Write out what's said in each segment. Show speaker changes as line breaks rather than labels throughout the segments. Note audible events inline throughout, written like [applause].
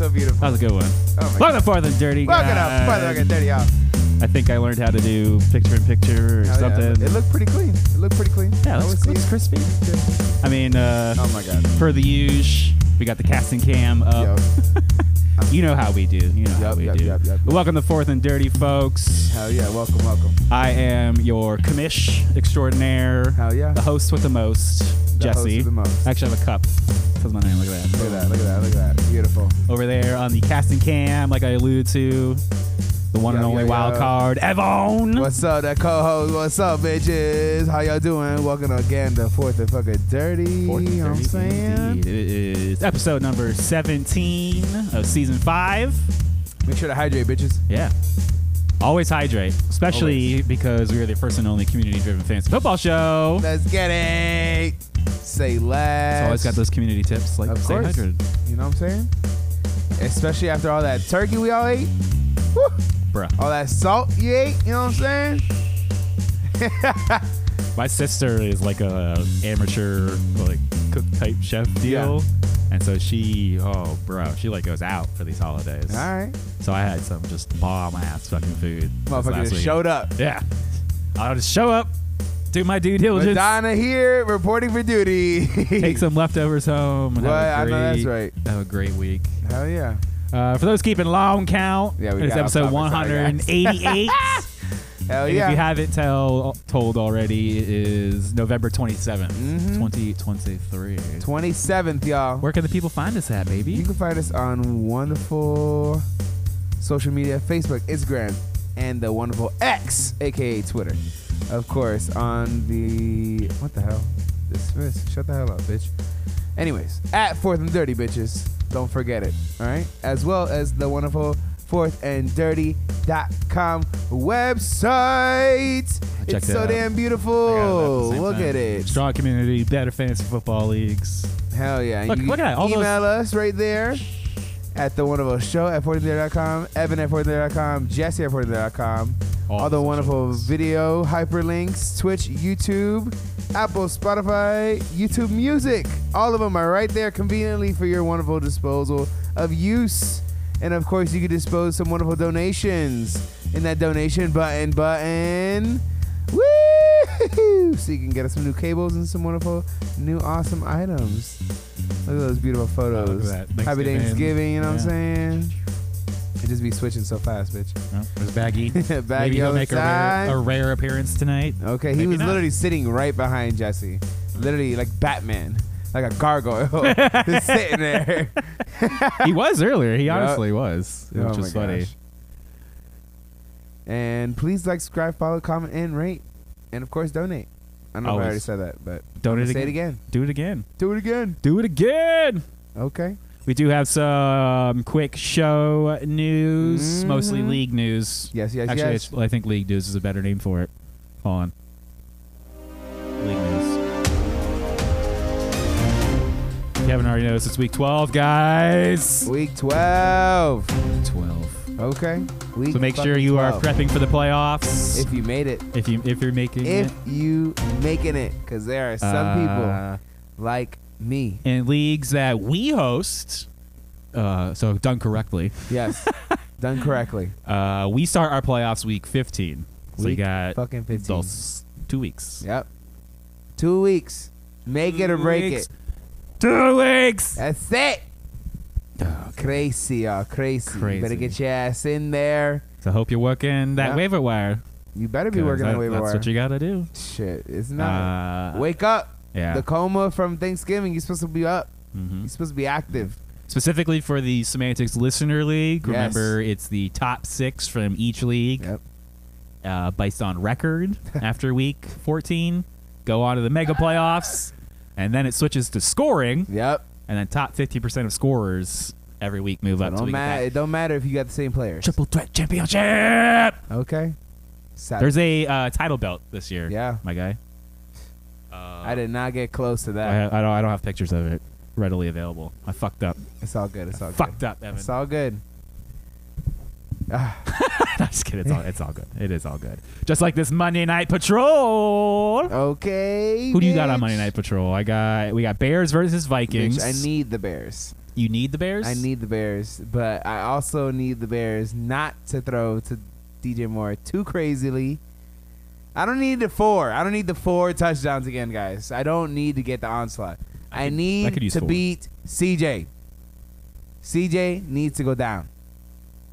good one.
Oh my
Welcome to Fourth and Dirty.
Fuck it up. Fuck
guys.
it up. Dirty off.
I think I learned how to do picture in picture or
Hell yeah, it
something.
looked- It looked pretty clean. It looked pretty clean.
yeah,
I
looks,
would
looks
see it.
crispy. I mean, uh,
Oh my god.
for the use, we got the casting cam up. You know how we do. You know how
Yup,
we
yup,
do.
yup, yup, yup.
Welcome to Fourth and Dirty, folks.
Hell yeah. Welcome, welcome.
I am your commish extraordinaire.
Hell
[laughs]
yeah.
The host with the most,
The host
Jesse.
of the most.
I actually have a cup. Says my name. Look at that.
Look at that. Look at that. Look at that. Beautiful.
Over there on the casting cam, like I alluded to, the one and
Yup,
only
yup,
wild
yup.
card, Evon.
What's up, that co-host? What's up, bitches? How y'all doing? Welcome again to Fourth and Fucking Dirty.
Fourth
you know what I'm
Dirty
saying?
Indeed. It is episode number 17 of season five.
Make sure to hydrate, bitches.
Yeah. Always hydrate, especially because we are the first and only community driven fantasy football show.
Let's get it. Say less.
So always got those community tips like
Of
stay
course.
hydrated.
You know what I'm saying? Especially after all that turkey we all ate. Woo!
Bruh.
All that salt you ate. You know what I'm saying?
My sister is like a amateur like cook type chef deal. And so she oh bro, she like goes out for these holidays.
All right.
So I had some just bomb ass fucking food. this
Motherfucker
last
just
week.
showed up.
Yeah. I'll just show up, do my due diligence.
Madonna here, reporting for duty.
take some leftovers home. and
Right, I
have a
know that's
great-
right.
Have a great week.
[laughs] Hell yeah.
Uh, for those keeping long count,
Yeah, we
it's
got off
episode
topic, sorry, guys. [laughs]
188.
Hell
And
yeah.
If you haven't tell told already, it is November 27th,
Mhm.
2023.
27th, y'all.
Where can the people find us at,
You
baby?
can find us on wonderful social media Facebook, Instagram, and the wonderful X, aka Twitter. Of course, on the. What the hell? This, this Shut the hell up, bitch. Anyways, at Fourth and Dirty, bitches. Don't forget it, all right? As well as the wonderful fourthanddirty.com website.
checked
it's
it
so
out. I
damn
got it at the
beautiful.
same
Look
time.
at it.
Strong community, better fantasy football leagues.
Hell yeah.
Look-
you
look at that. All those-
email us right there at the one of us show at 43.com, Evan at 43.com, Jesse at 43.com. All,
All
the
the
wonderful video hyperlinks, Twitch, YouTube, Apple, Spotify, YouTube Music. All of them are right there conveniently for your wonderful disposal of use. And of course, you can dispose some wonderful donations in that donation button button. Woo! So you can get us some new cables and some wonderful new awesome items. Look at those beautiful photos.
look at that.
Happy
Thanksgiving.
Thanksgiving, you know what I'm
Yeah.
saying? It just be switching so fast, bitch. [laughs]
Oh, there's Baggy.
Baggy
Maybe he'll
all
make a
the
rare,
time.
a rare appearance tonight.
Okay, he
Maybe
was
not.
literally sitting right behind Jesse. Literally like Batman. Like a gargoyle. [laughs]
[laughs]
just sitting there.
he was
[laughs]
earlier. He
Yeah.
honestly was, which was funny.
Oh gosh. And please like, subscribe, follow, comment, and rate. And of course donate. I don't know if I already
Always.
said that, but
Donate
say it again.
Do it again.
Do it again.
Do it again.
Okay.
We do have some quick show news, mostly
Mhm.
league news.
Yes, yes,
Actually,
yes.
it's, I think league news is a better name for it. Hold on. League news. If you haven't already noticed, it's week 12, guys.
Week twelve.
12.
Okay. Week
So make sure
fucking
you are
12.
prepping for the playoffs. If,
If you made it.
you if you're making
If
it.
you making it. Because there are some people
Uh,
like me.
in leagues that we host, uh, so done correctly, [laughs]
Yes. Done correctly.
uh, we start our playoffs week 15. So
Week
you got
Fucking 15.
those two weeks.
Yep. Two weeks. Make it or
Two
break
weeks.
it.
Two weeks.
That's it. Crazy, y'all. Crazy. You better
Crazy.
get your ass in there.
So hope you're working that
Yeah.
waiver wire.
You better be working
that-
on waiver
that's
wire.
what you gotta do.
Shit, it's not.
Uh,
Wake up.
yeah.
The coma from Thanksgiving. You're supposed to be up.
Mhm.
You're supposed to be active.
Specifically for the Semantics Listener League,
Yes.
remember it's the top six from each league.
Yep.
uh, based on record after week 14, go on to the mega playoffs, and then it switches to scoring,
Yep.
and then top 50% of scorers every week move
It
up.
don't,
we
matter.
get
it don't matter if you got the same
that
players.
triple threat championship.
Okay. Sad.
There's a uh, title belt this year.
Yeah.
my guy.
I did not get close to
I,
that.
ha- I don't. I don't have pictures of it readily available. I fucked up.
It's all good. It's all
Fucked
good.
up, Evan.
It's all good.
[laughs] No, just kidding. It's all, it's all good. It is all good. Just like this Monday Night Patrol.
Okay.
Who do you got on
bitch.
Monday Night Patrol? I got we got Bears versus Vikings.
Bitch, I need the Bears.
You need the Bears.
I need the Bears, but I also need the Bears not to throw to DJ Moore too crazily. I don't need the four. I don't need the four touchdowns again, guys. I don't need to get the onslaught. I,
could- I
need
could use
to
four.
beat CJ. CJ needs to go down.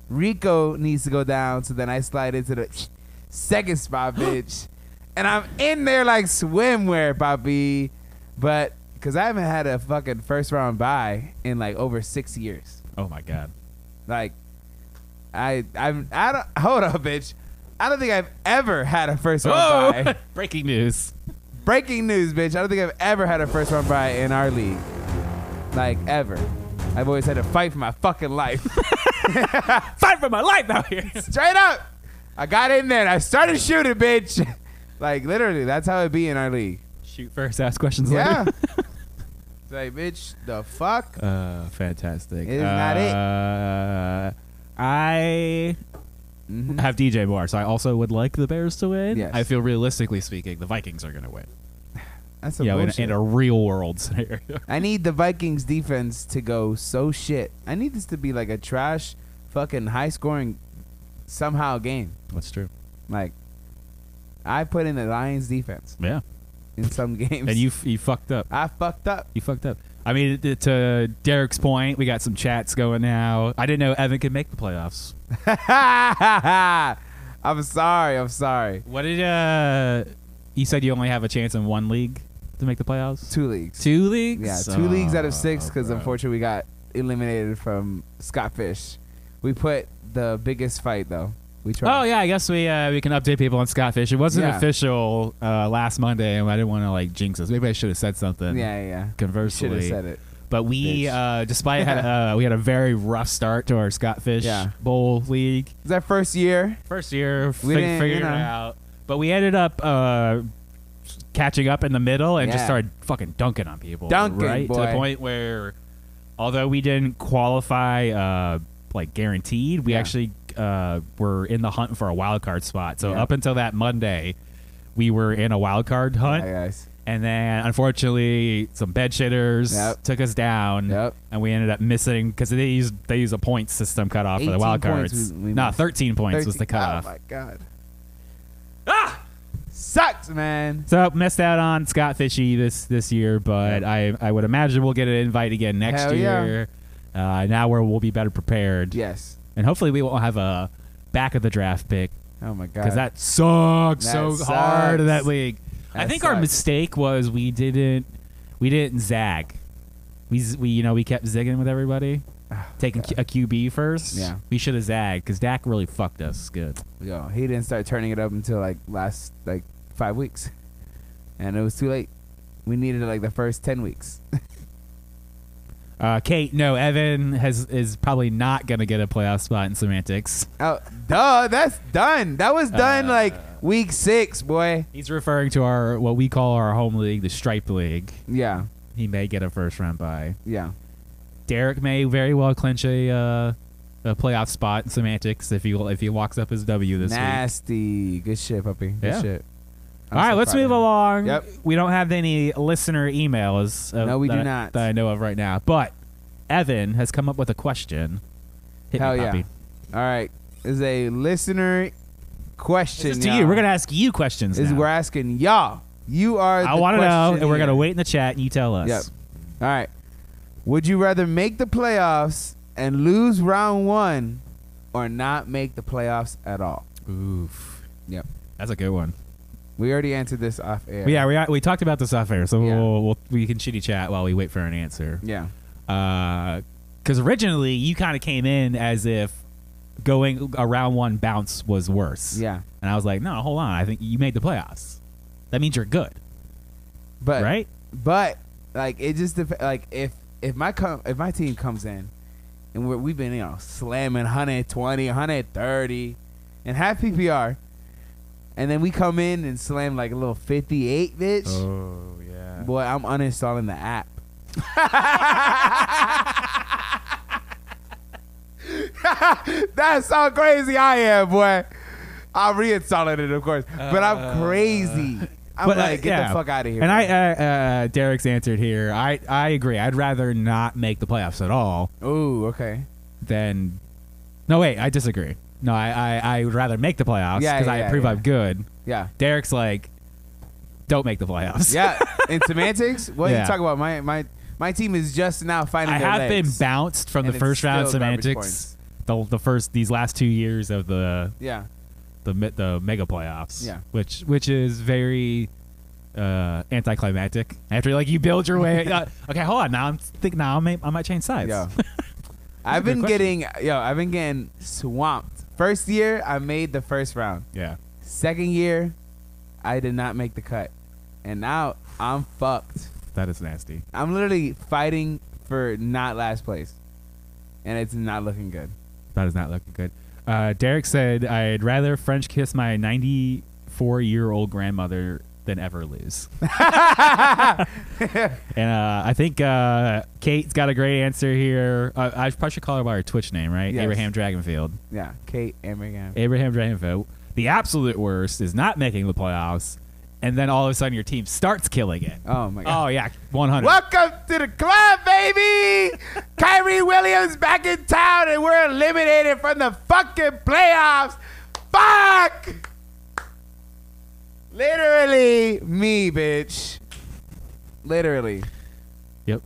Rico needs to go down. So then I slide into the [sniffs]
[gasps]
second spot, bitch. and I'm in there like swimwear, Poppy. But because I haven't had a fucking first round bye in like over six years.
Oh my god.
Like, I I'm I don't hold up, bitch. I don't think I've ever had a first
[laughs]
round bye.
Oh, Breaking news.
Breaking news, bitch. I don't think I've ever had a first round bye in our league. Like ever. I've always had to fight for my fucking life. [laughs]
Fight for my life out here. [laughs]
Straight up. I got in there and I started shooting, bitch. [laughs] like literally, that's how it be in our league.
Shoot first, ask questions
Yeah.
later.
it's like, bitch, the fuck?
Uh, fantastic.
It is not it.
Uh, I have DJ Moore, so I also would like the Bears to win.
Mm-hmm. Yes.
I feel realistically speaking, the Vikings are going to win.
That's some
Yeah, in,
bullshit.
in a real world
[laughs]
scenario.
I need the Vikings defense to go so shit. I need this to be like a trash, fucking high scoring, somehow game.
That's true.
Like, I put in the Lions defense
Yeah,
in some [laughs] games.
and you f- you fucked up.
I fucked up. [laughs]
You fucked up. I mean, t- to Derek's point, we got some chats going now. I didn't know Evan could make the playoffs.
I'm sorry. I'm sorry.
What did uh? You said you only have a chance in one league to make the playoffs.
Two leagues.
Two leagues.
Yeah, two leagues out of six
Oh,
because
bro.
unfortunately we got eliminated from Scott Fish. We put the biggest fight though. We tried.
Oh yeah, I guess we uh, we can update people on Scott Fish. It wasn't
Yeah.
official uh, last Monday, and I didn't want to like jinx us. Maybe I should have said something.
Yeah, yeah. Should have
Conversely,
said it.
but we,
Bitch.
uh, despite had,
[laughs]
uh, we had a very rough start to our Scott Fish
Yeah.
Bowl league
It's our first year.
first year,
We
fig-
didn't,
figuring
you know.
it out. But we ended up uh, catching up in the middle and just
Yeah.
started fucking dunking on people.
Dunking,
right to
boy.
the point where, although we didn't qualify, uh, like guaranteed, we
Yeah.
actually uh, were in the hunt for a wild card spot. So
Yeah.
up until that Monday, we were in a wild card hunt.
Hi guys.
And then, unfortunately, some bed shitters
Yep.
took us down,
Yep.
and we ended up missing because they use they use a point system cutoff for the
18
wild
points
cards.
we- we
nah,
missed.
thirteen points was the
13
cutoff.
Oh my god. Ah, sucks, man.
so missed out on Scott Fishy this this year, but
Yeah.
I I would imagine we'll get an invite again next
Hell yeah.
year. Uh, now where we'll be better prepared,
Yes.
and hopefully we won't have a back of the draft pick
Oh my god.
because that sucks
That
so hard in
sucks.
that league. I
That
think our
sucks.
mistake was we didn't we didn't zag. We z- we you know we kept zigging with everybody, taking Q- a QB first.
Ah, Yeah.
we should have zagged because Dak really fucked us good.
Yo, he didn't start turning it up until like last like five weeks, and it was too late. We needed like the first ten weeks. [laughs]
Uh, Kate, no, Evan has is probably not gonna get a playoff spot in semantics.
Oh, duh, that's done. That was done
Uh,
like week six, boy.
He's referring to our what we call our home league, the Stripe League.
Yeah,
He may get a first round bye.
yeah.
Derek may very well clinch a uh, a playoff spot in semantics if he if he walks up his W this week.
Nasty. Good shit, puppy. Good
Yeah.
shit. I'm
All right,
so
let's
proud of
move
him.
along.
Yep.
We don't have any listener emails. of-
No, we do
that-
not.
That I know of right now. But Evan has come up with a question. Hit
Hell
me,
yeah.
Poppy.
All right, this is a listener question.
This is to
y'all.
you. We're gonna ask you questions.
This is
now.
we're asking y'all. You are.
I
want to
know, and we're gonna wait in the chat, and you tell us.
Yep. All right. Would you rather make the playoffs and lose round one, or not make the playoffs at all?
Oof.
Yep.
That's a good one.
We already answered this off air.
But yeah, we we talked about this off air, so
Yeah.
we'll, we'll we can shitty chat while we wait for an answer.
Yeah.
because Uh, originally you kind of came in as if going around one bounce was worse.
Yeah.
And I was like, no, hold on. I think you made the playoffs. That means you're good,
But
right?
But like it just dep- like if if my com- if my team comes in and we're, we've been you know slamming 120, 130 and half PPR and then we come in and slam like a little 58 bitch.
Oh yeah.
Boy, I'm uninstalling the app. [laughs] That's how crazy I am, boy. I'm reinstalling it, of course, but I'm crazy. I'm
Uh, But, uh,
like, get
yeah.
the fuck out of here.
And I, uh, uh, Derek's answered here. I, I agree. I'd rather not make the playoffs at all
Ooh, okay.
than. No, wait. I disagree. No, I, I, I would rather make the playoffs
Yeah,
because
yeah,
I
yeah,
prove
yeah.
I'm good.
Yeah.
Derek's like, don't make the playoffs.
Yeah.
[laughs]
In semantics, what are
Yeah.
you talking about? My my my team is just now finding
I
their
have been
legs.
bounced from
And
the
it's
first round
still garbage
semantics.
points.
The, the first these last two years of the
Yeah.
the me- the mega playoffs.
Yeah.
Which which is very uh anticlimactic. After like you build your way. [laughs] uh, okay, hold on. Now I'm thinking. Now I may, I might change sides. [laughs]
Yeah. I've
a good
been
question.
getting yo, I've been getting swamped. First year, I made the first round.
Yeah.
Second year, I did not make the cut. And now I'm fucked.
That is nasty.
I'm literally fighting for not last place. And it's not looking good.
That is not looking good. Uh, Derek said, "I'd rather French kiss my 94 year old grandmother than ever
[laughs]
lose." and uh, I think uh, Kate's got a great answer here. Uh, I probably should call her by her Twitch name, right?
Yes.
Abraham Dragonfield.
Yeah. Kate Abraham.
Abraham Dragonfield. The absolute worst is not making the playoffs, and then all of a sudden your team starts killing it.
Oh my god.
Oh yeah, 100.
Welcome to the club, [laughs] baby! Kyrie Williams back in town and we're eliminated from the fucking playoffs. Fuck! Literally me, bitch. Literally.
Yep.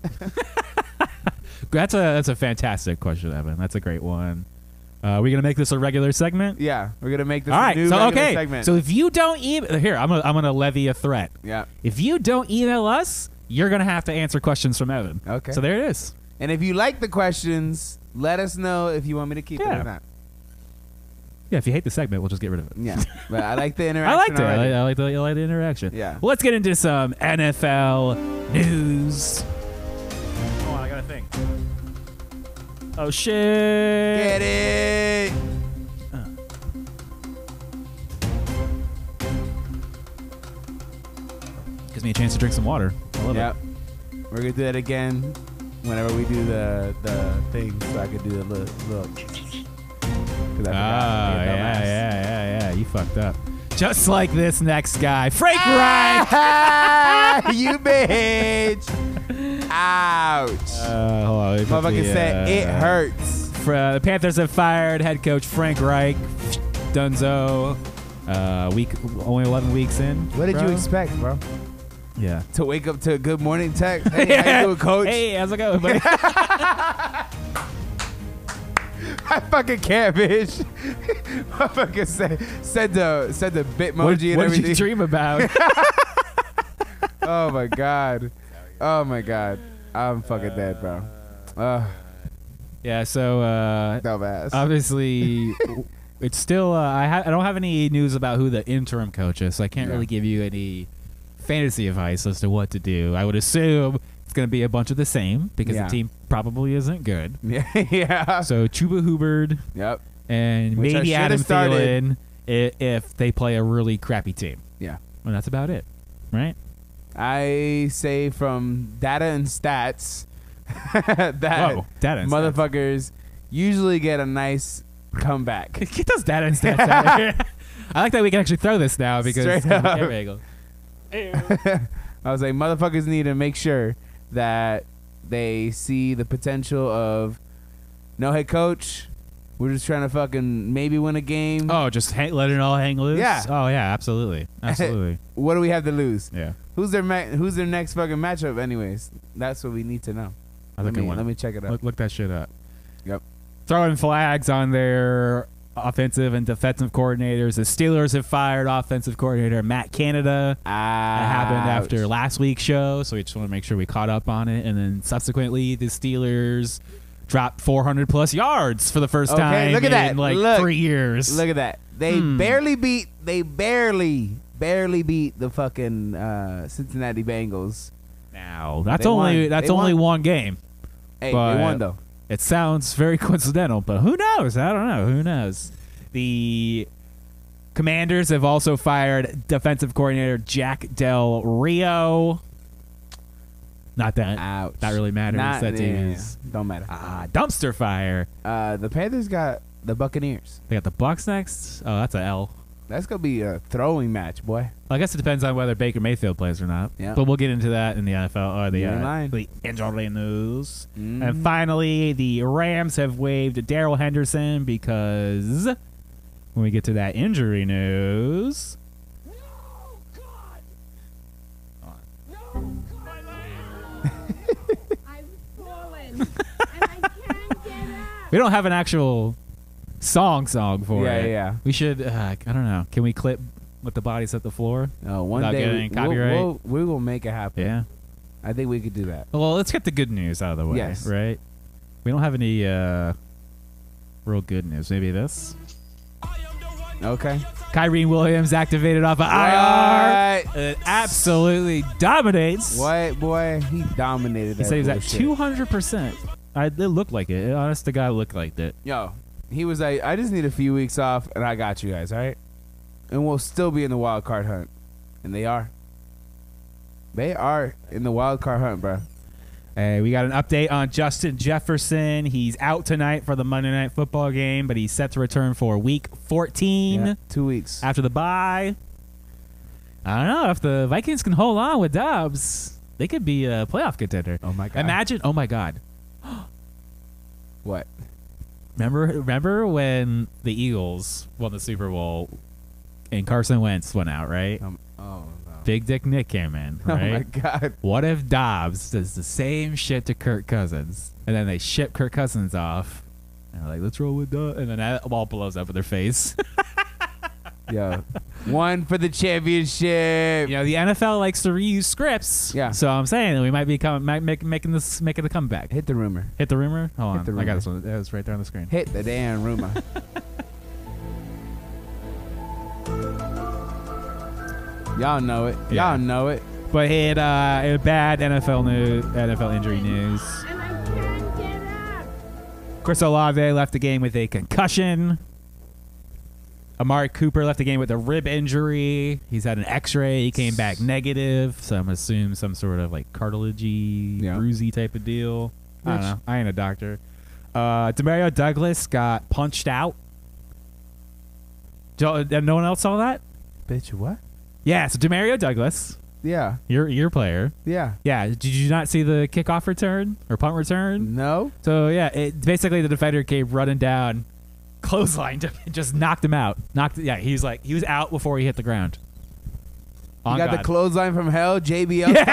[laughs] that's a that's a fantastic question, Evan. That's a great one. Uh, are we gonna make this a regular segment?
Yeah, we're gonna make this
All
a
right.
new
So
regular
okay.
segment.
So if you don't email here, I'm gonna I'm gonna levy a threat.
yeah.
If you don't email us, you're gonna have to answer questions from Evan.
Okay.
So there it is.
And if you like the questions, let us know if you want me to keep it
Yeah.
or not.
Yeah. If you hate the segment, we'll just get rid of it.
Yeah. but I like
[laughs]
the
I
interaction.
liked it. I like,
already.
I like the, I like the interaction.
Yeah.
Let's get into some NFL news. Hold on, I got a thing. Oh shit!
Get it.
Gives me a chance to drink some water. I love
Yep. We're gonna do that again whenever we do the the thing, so I could do the look. look. [laughs] 'Cause I forgot.
it. Oh
Like
yeah,
a
yeah,
dumbass.
yeah, yeah. You fucked up. Just like this next guy, Frank Reich. [laughs]
Ah, you bitch! Ouch!
Uh, hold on. let me put
Motherfucker
the,
said it
uh,
hurts.
Fr- uh, the Panthers have fired head coach Frank Reich. Dunzo. Uh, week only 11 weeks in. bro.
expect, bro?
Yeah.
To wake up to a good morning
[laughs]
text? Hey, how you doing, coach?
Hey, how's it going, buddy?
I fucking care, bitch. [laughs] Motherfucker said said the said the bitmoji
what what
and
did
everything.
you dream about? [laughs]
oh my god. Oh my god. I'm fucking dead, bro. Ugh.
yeah, so uh,
Dumbass.
obviously it's still uh, I, ha- I don't have any news about who the interim coach is, so I can't
Yeah.
really give you any fantasy advice as to what to do. I would assume it's going to be a bunch of the same because
Yeah.
the team probably isn't good.
[laughs] yeah. yeah.
So Chuba Hubbard
Yep.
and
Which I
maybe
shoulda
Adam
started.
Thielen i- if they play a really crappy team.
Yeah.
And that's about it, right?
I say from data and stats [laughs] that
Whoa, data and [laughs] stats.
motherfuckers usually get a nice comeback.
Get those data and stats
[laughs]
out of here. I like that we can actually throw this now because
Straight
we can't
up.
really go,
I was like, motherfuckers need to make sure that they see the potential of no head coach. We're just trying to fucking maybe win a game.
Oh, just hang, let it all hang loose.
Yeah.
Oh yeah,
[laughs]
absolutely, absolutely.
What do we have to lose?
yeah.
Who's their ma- who's their next fucking matchup? Anyways, that's what we need to know.
I
Let
look
me,
at one.
let me check it out.
look, look that shit up.
Yep.
Throwing flags on their offensive and defensive coordinators. The Steelers have fired offensive coordinator Matt Canada. That happened
Ouch.
after last week's show, so we just want to make sure we caught up on it. And then subsequently, the Steelers dropped 400 plus yards for the first
Okay,
time
look at
in
that.
like
Look.
three years.
Look at that. They
Hmm.
barely beat. They barely, barely beat the fucking uh, Cincinnati Bengals.
Now that's
They
only
won.
that's
They
only
won.
one game.
Hey,
But-
they won though.
It sounds very [laughs] coincidental, but who knows? I don't know. Who knows? The Commanders have also fired defensive coordinator Jack Del Rio. Not that
Ouch.
that really matters.
Not-
that team
yeah,
is
don't matter.
ah, dumpster fire.
Uh, the Panthers got the Buccaneers.
They got the Bucks next. Oh, that's a L.
That's gonna be a throwing match, boy.
I guess it depends on whether Baker Mayfield plays or not.
Yeah.
But we'll get into that in the NFL or the
You're in
uh,
line.
the NBA news.
Mm.
And finally, the Rams have waived Daryl Henderson because when we get to that injury news,
I've fallen and I can't get
we don't have an actual song song for
Yeah,
it.
yeah, yeah.
We should. Uh, I don't know. Can we clip with the bodies at the floor?
Uh, one
Without
day
getting
we,
copyright?
will we will make it happen.
Yeah.
I think we could do that.
Well, let's get the good news out of the way,
Yes.
right? We don't have any uh, real good news. Maybe this.
Okay.
Kyrie Williams activated off of IR.
What?
It absolutely dominates.
What boy? He dominated.
He
that
said he was at
bullshit.
two hundred percent. I it looked like it. it. Honest to God, looked like it.
Yo, he was like, I just need a few weeks off, and I got you guys, all right? And we'll still be in the wild card hunt, and they are. They are in the wild card hunt, bro.
Hey, we got an update on Justin Jefferson. He's out tonight for the Monday Night Football game, but he's set to return for Week 14
Yeah, two weeks.
after the bye. I don't know if the Vikings can hold on with Dubs. They could be a playoff contender.
Oh my God.
Imagine! Oh my God!
what?
Remember, remember when the Eagles won the Super Bowl and Carson Wentz went out, right?
Um, oh no.
Big Dick Nick came in,
[laughs] Oh
right?
my God.
What if Dobbs does the same shit to Kirk Cousins, and then they ship Kirk Cousins off, and they're like, "Let's roll with Dobbs," and then that ball blows up in their
[laughs]
face.
Yo, [laughs] one for the championship.
you know, the NFL likes to reuse scripts.
Yeah.
So I'm saying that we might be coming, might make, making this, making the comeback. Hit,
Hit the rumor.
the rumor. Hold
Hit
on,
the
I got
rumor.
this one. That was right there on the screen.
Hit the
[laughs]
damn rumor. Y'all know it.
Yeah.
Y'all know it.
But hit uh, it- bad NFL news, NFL injury news.
up and I can't get up.
Chris Olave left the game with a concussion. Amari Cooper left the game with a rib injury. He's had an X-ray. He came back negative, so I'm assuming some sort of like cartilagey,
Yeah.
bruisey type of deal. I don't
Which-
know. I ain't a doctor. Uh, Demario Douglas got punched out. Do- uh, no one else saw that.
Bitch, what?
Yeah, so Demario Douglas,
Yeah.
your your player.
Yeah.
Yeah, did you not see the kickoff return or punt return?
No.
So yeah, it basically the defender came running down, clotheslined him, and just knocked him out. Knocked yeah, he was like he was out before he hit the ground.
You
On
got the
God.
clothesline from hell, JBL style.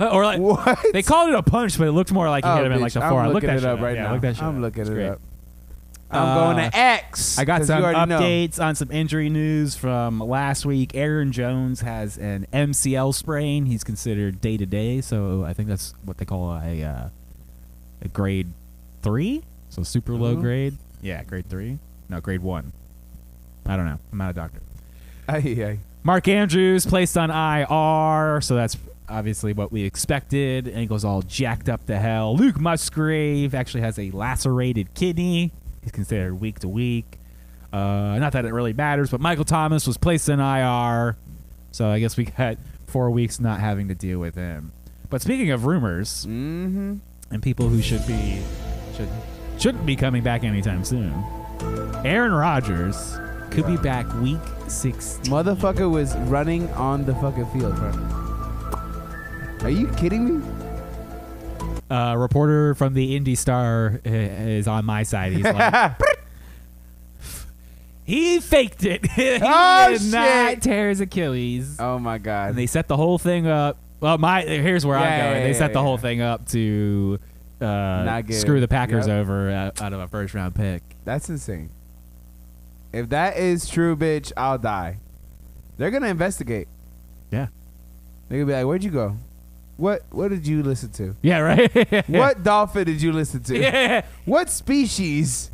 [laughs] yeah, or like
What?
they called it a punch, but it looked more like he
Oh,
hit him in like
bitch,
the forearm.
I'm
Look
looking
that
it
shit
up right
Yeah,
now.
look that shit
I'm
up.
looking
It's
it
great.
up. I'm
Uh,
going to X.
I got
'cause
some
you already know.
updates on some injury news from last week. Aaron Jones has an MCL sprain. He's considered day to day, so I think that's what they call a uh, a grade three, so super low
Mhm.
grade. Yeah, grade three. No, grade one. I don't know. I'm not a doctor.
Aye, aye.
Mark Andrews placed on IR, so that's obviously what we expected. Ankle's all jacked up to hell. Luke Musgrave actually has a lacerated kidney. He's considered week to week. Uh, not that it really matters, but Michael Thomas was placed in IR, so I guess we got four weeks not having to deal with him. But speaking of rumors
Mm-hmm.
and people who should be should shouldn't be coming back anytime soon, Aaron Rodgers could be back week 16.
Motherfucker was running on the fucking field, bro. Are you kidding me?
uh, reporter from the Indy Star uh, is on my side. He's
[laughs]
like, he faked it. [laughs] he
Oh,
did not
shit.
tear his Achilles.
Oh my god.
And they set the whole thing up. Well, my here's where I'm
Yeah,
going.
yeah,
they
yeah,
set the
yeah.
whole thing up to uh,
Not good.
screw the Packers
Yep.
over uh, out, out of a first round pick.
That's insane. If that is true, bitch, I'll die. They're gonna investigate.
Yeah.
They're gonna be like, "Where'd you go? What? What did you listen to?
Yeah. Right. [laughs]
What dolphin did you listen to?
Yeah.
What species?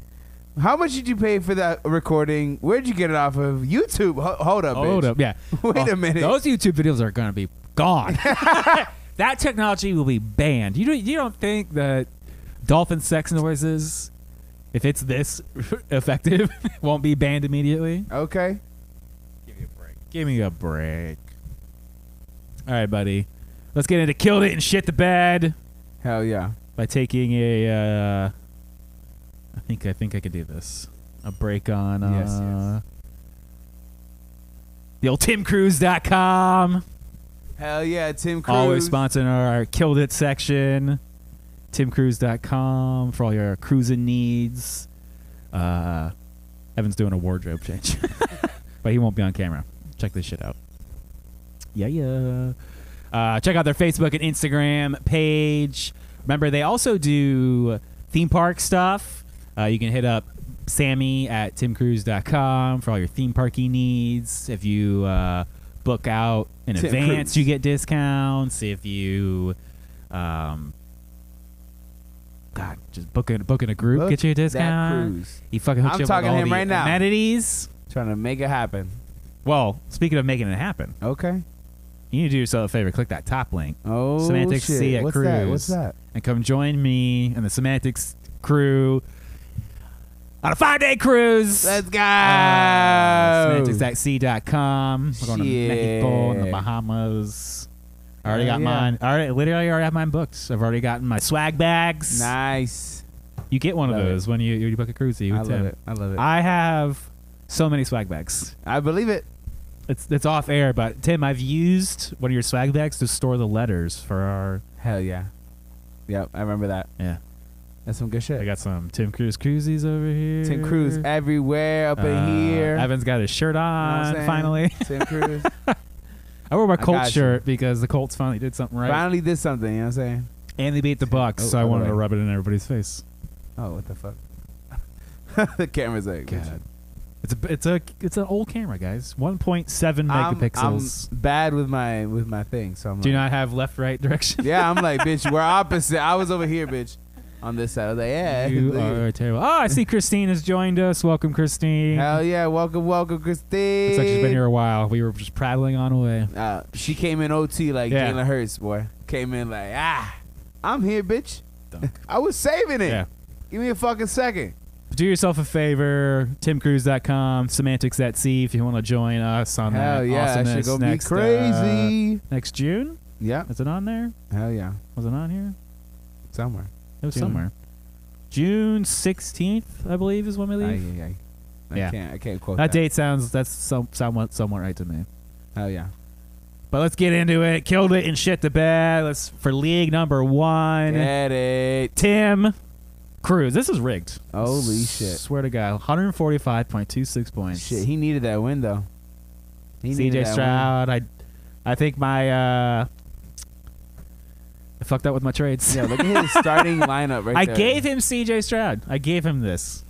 How much did you pay for that recording? Where'd you get it off of? YouTube. Ho- hold up,
Hold
bitch.
up. Yeah.
[laughs] Wait
Well,
a minute.
Those YouTube videos are going to be
[laughs]
gone. [laughs] that technology will be banned. You don't, you don't think that dolphin sex noises, if it's this [laughs] effective, [laughs] won't be banned immediately?
Okay.
Give me a break. Give me a break. All right, buddy. Let's get into killed it and shit the bed
Hell yeah.
by taking a. Uh, I think I think I could do this. A break on. Uh,
Yes, yes.
The old TimCruise.com.
Hell yeah, Tim Cruise.
Always sponsoring our, our Killed It section. TimCruise.com for all your cruising needs. Uh, Evan's doing a wardrobe change, [laughs] but he won't be on camera. Check this shit out. Yeah, yeah. Uh, check out their Facebook and Instagram page. Remember, they also do theme park stuff. Uh, you can hit up Sammy at timcruise.com for all your theme parky needs. If you uh, book out in
Tim
advance,
Cruise.
you get discounts. If you, um, God, just booking booking a group
Book
get you a
that
discount.
cruise.
He fucking hooks
I'm
you up
talking
with all
to him
the
right now.
amenities.
Trying to make it happen.
Well, speaking of making it happen,
Okay.
you need to do yourself a favor. Click that top link
Oh,
Semantic
shit.
Sea at
What's
Cruise.
That? What's that?
and come join me and the Semantics crew on a five day cruise.
Let's go.
Uh, semantics.c.com. We're going
Shit.
to Mexico and the Bahamas. I already
Hell
got
yeah.
mine. I already, literally already have mine booked. I've already gotten my swag bags.
nice.
You get one of
Love it.
those when you, you book a cruise. You
I
with
love
Tim.
it. I love it. I,
I have so many swag bags.
believe it.
It's it's off air, but Tim, I've used one of your swag bags to store the letters for our.
Hell yeah. Yep, I remember that.
Yeah,
That's some good shit.
I got some Tim Cruise koozies over here.
Tim Cruise
Mm-hmm.
everywhere up
Uh,
in here.
Evan's got his shirt
You know what I'm
on
saying?
finally. [laughs]
[laughs] Tim Cruise
I wore my
got
Colts
you.
shirt because the Colts finally did something right,
finally did something. You know what I'm saying?
and they beat the Bucks,
Oh,
so I
by the
wanted
way.
to rub it in everybody's face.
Oh, what the fuck? [laughs] the camera's like.
God. It's a it's a it's an old camera, guys. 1.7
I'm,
megapixels.
I'm bad with my with my thing, so I'm
Do you
like,
not have left right direction.
Yeah, I'm like, bitch, we're opposite. I was over here, bitch, on this side. I was like,
[laughs]
yeah,
You
[laughs] look at-
are terrible. Oh, I see Christine has joined us. Welcome, Christine.
hell yeah, welcome, welcome, Christine.
Looks like she's been here a while. We were just prattling on away.
Uh, she came in OT like
Yeah.
Jalen Hurts, boy. Came in like, ah, I'm here, bitch.
Dunk.
[laughs] I was saving it.
Yeah.
Give me a fucking second.
Do yourself a favor, timcruise.com, semantics at sea if you want to join us on
Hell
that
yeah, that shit
awesomeness
gonna
next,
be
uh,
crazy.
next June?
yeah,
Is it on there?
hell yeah,
Was it on here?
somewhere.
It was
June.
somewhere. June 16th, I believe, is when we
Aye,
leave.
aye, aye. I
Yeah.
can't, I can't quote
that
that.
date sounds that's some, somewhat somewhat right to me.
Hell yeah.
But let's get into it. Killed it and shit the bed. Let's for league number one.
Get it.
Tim Cruz. This is rigged.
Holy shit.
Swear to God, 145.26 points.
Shit, he needed that win though. He needed
CJ
that
Stroud. I, I think my uh, I fucked up with my trades.
win. Yo, look at his starting lineup
[laughs]
right
I
there.
gave him CJ Stroud. I gave him this.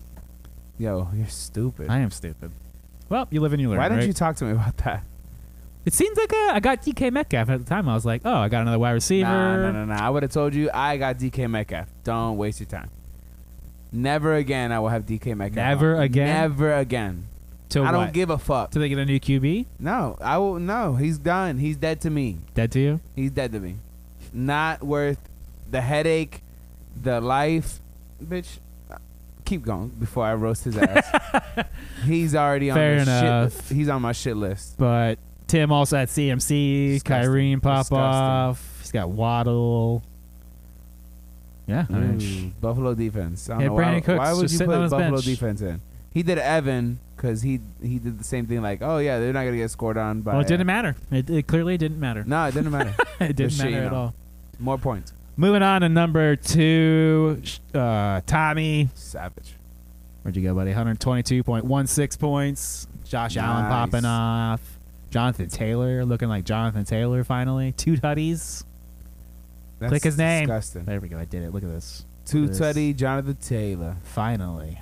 Yo, you're stupid.
I am stupid. Well, you live and you learn.
Why don't
right?
you talk to me about that?
It seems like uh, I got DK Metcalf at the time. I was like, oh, I got another wide receiver.
Nah, no, no, no. I would have told you I got DK Metcalf. Don't waste your time. Never again I will have DK Metcalf.
Never
on.
again?
Never again.
To
I
what?
don't give a fuck.
Till they get a new QB?
No, I will. No, he's done. He's dead to me.
Dead to you?
He's dead to me. Not worth the headache, the life, bitch. Keep going before I roast his ass.
[laughs]
he's already on
Fair
the
enough.
shit. He's on my shit list.
But Tim also at CMC,
Disgusting.
Kyrene
Disgusting.
Popoff. He's got Waddle. Yeah, I mean,
Ooh, Buffalo defense. I don't
Yeah,
know
Brandon
why,
Cooks
why would
just
you
sitting
put
on his
Buffalo
bench.
defense in? He did Evan because he he did the same thing. Like, oh yeah, they're not gonna get scored on. By
well, it didn't matter. It, it clearly didn't matter.
No, it didn't matter.
[laughs]
[laughs]
it didn't
shit,
matter
you
at
know.
all.
More points.
Moving on to number two, sh- uh, Tommy.
Savage.
Where'd you go, buddy? 122.16 points. Josh Allen
Nice.
popping off. Jonathan Taylor looking like Jonathan Taylor finally. Two tutties.
That's
Click his name.
Disgusting.
There we go. I did it. Look at this.
Two
This.
Tutty, Jonathan Taylor.
Finally.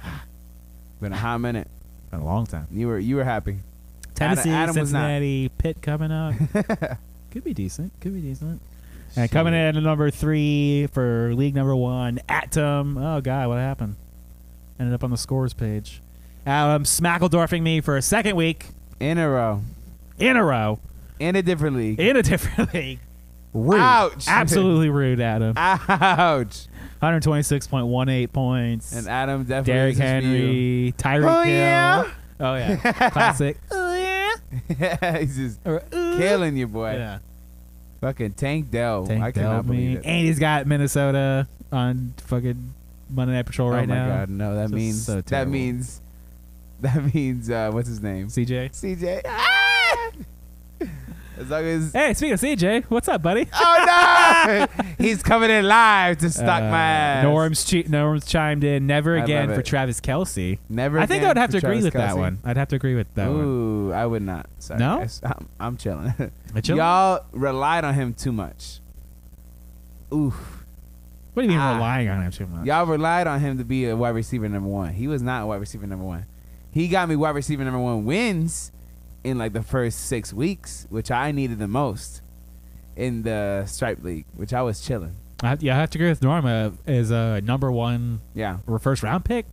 Been a hot minute.
Been a long time.
You were you were happy.
Tennessee,
Adam was not.
Cincinnati, Pitt coming
[laughs]
up. Could be decent. Could be decent. And coming in at number three for league number one, Atom. Oh god, what happened? Ended up on the scores page. Adam smackledorfing me for a second week
in a row,
in a row
in a different league.
in a [laughs] different league. Rude.
Ouch. [laughs]
Absolutely rude, Adam.
Ouch.
126.18 points.
And Adam definitely.
Derrick
this is for you.
Henry, Tyreek
Oh,
Hill.
yeah.
Oh yeah.
[laughs]
Classic. oh yeah.
He's just
Or, "Ooh."
killing you, boy.
Yeah.
Fucking Tank Dell.
Tank
I cannot
Dell
believe
me.
it.
And he's got Minnesota on fucking Monday Night Patrol right
oh my
now.
god, no, that
Just
means [laughs]
so
that
terrible. [laughs]
means that means uh what's his name?
CJ.
CJ. Ah! As long as
Hey, speaking of CJ, what's up, buddy?
oh no, [laughs] he's coming in live to [laughs] stock
Uh,
my ass.
Norm's chi- Norm's chimed in. Never
I
again
love
for
it.
Travis Kelsey.
Never.
I think I
again
would have
for
to agree
Travis
with that
Kelce.
one. I'd have to agree with that one.
Ooh, I would not. Sorry,
No?
guys. [laughs] I'm, I'm chilling.
I chill?
Y'all relied on him too much. Ooh,
What do you mean
Ah.
relying on him too much?
y'all relied on him to be a wide receiver number one. He was not wide receiver number one. He got me wide receiver number one wins in like the first six weeks, which I needed the most in the stripe league, which I was chilling.
I have, yeah, I have to agree with Norm. Uh, is a number one
Yeah,
or first round pick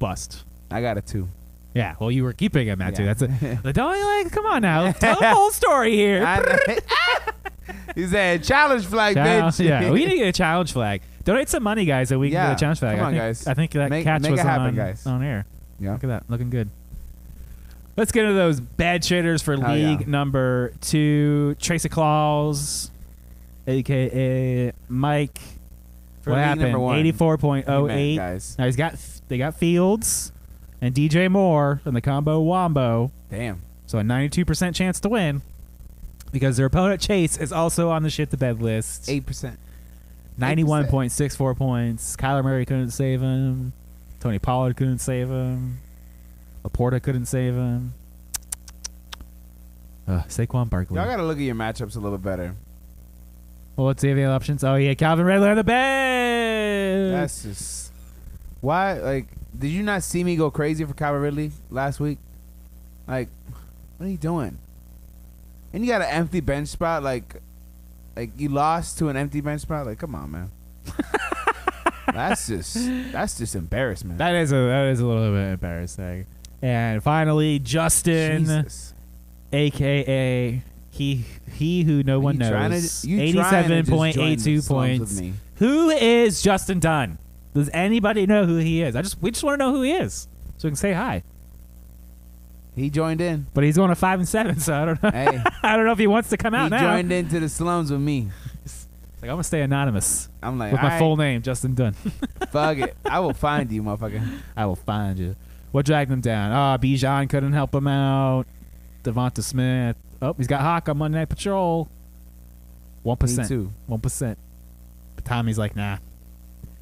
bust.
I got
[laughs]
a two.
Yeah, well, you were keeping him that too.
Yeah.
That's
[laughs]
a the don't like. Come on now, tell the whole story here.
I- [laughs] he said challenge flag,
Challenge-
bitch.
yeah, we need to get a challenge flag. Donate some money, guys, that we can
Yeah,
get a challenge flag.
come
I
on,
think,
guys.
I think that
Make-
catch
make
was
it happen,
on,
guys.
on air.
Yeah.
Look at that, looking good. Let's get into those bad traders for
Hell
league
yeah.
number two. Tracy Claus, aka Mike.
[laughs] For
what
league
happened?
number one.
Eighty-four point
He
oh
meant,
eight.
guys.
Now he's got they got Fields and DJ Moore and the combo Wombo.
Damn.
So a 92% chance to win because their opponent Chase is also on the shit to bed list.
Eight percent.
91.64 points. Kyler Murray couldn't save him. Tony Pollard couldn't save him. Laporta couldn't save him. Ugh, Saquon Barkley.
Y'all gotta look at your matchups a little bit better.
well, let's see if they have options. Oh, yeah, Calvin Redler on the bed.
That's just why. Like, did you not see me go crazy for Calvin Ridley last week? Like, what are you doing? And you got an empty bench spot. Like, like you lost to an empty bench spot. Like, come on,
[laughs]
man. that's just that's just embarrassment.
that is a that is a little bit embarrassing. And finally, Justin.
Jesus.
aka he he who no
Are
one
you trying to-
knows.
you trying to just
Eighty-seven
join
point eight two
the slums with
points.
me.
Who is Justin Dunn? Does anybody know who he is? I just we just want to know who he is so we can say hi.
He
[laughs]
joined in.
But he's going to five and seven, so I don't know. [laughs]
Hey,
I don't know if he wants to come
he
out now.
joined into the slums with me.
Like I'm gonna stay anonymous
I'm like,
with my
"All
full name, Justin Dunn. [laughs]
right, fuck it. I will find you, motherfucker.
I will find you. What dragged him down? Ah, Bijan couldn't help him out. Devonta Smith. Oh, he's got Hawk on Monday Night Patrol. One
Me
percent.
too.
One percent. But Tommy's like, nah.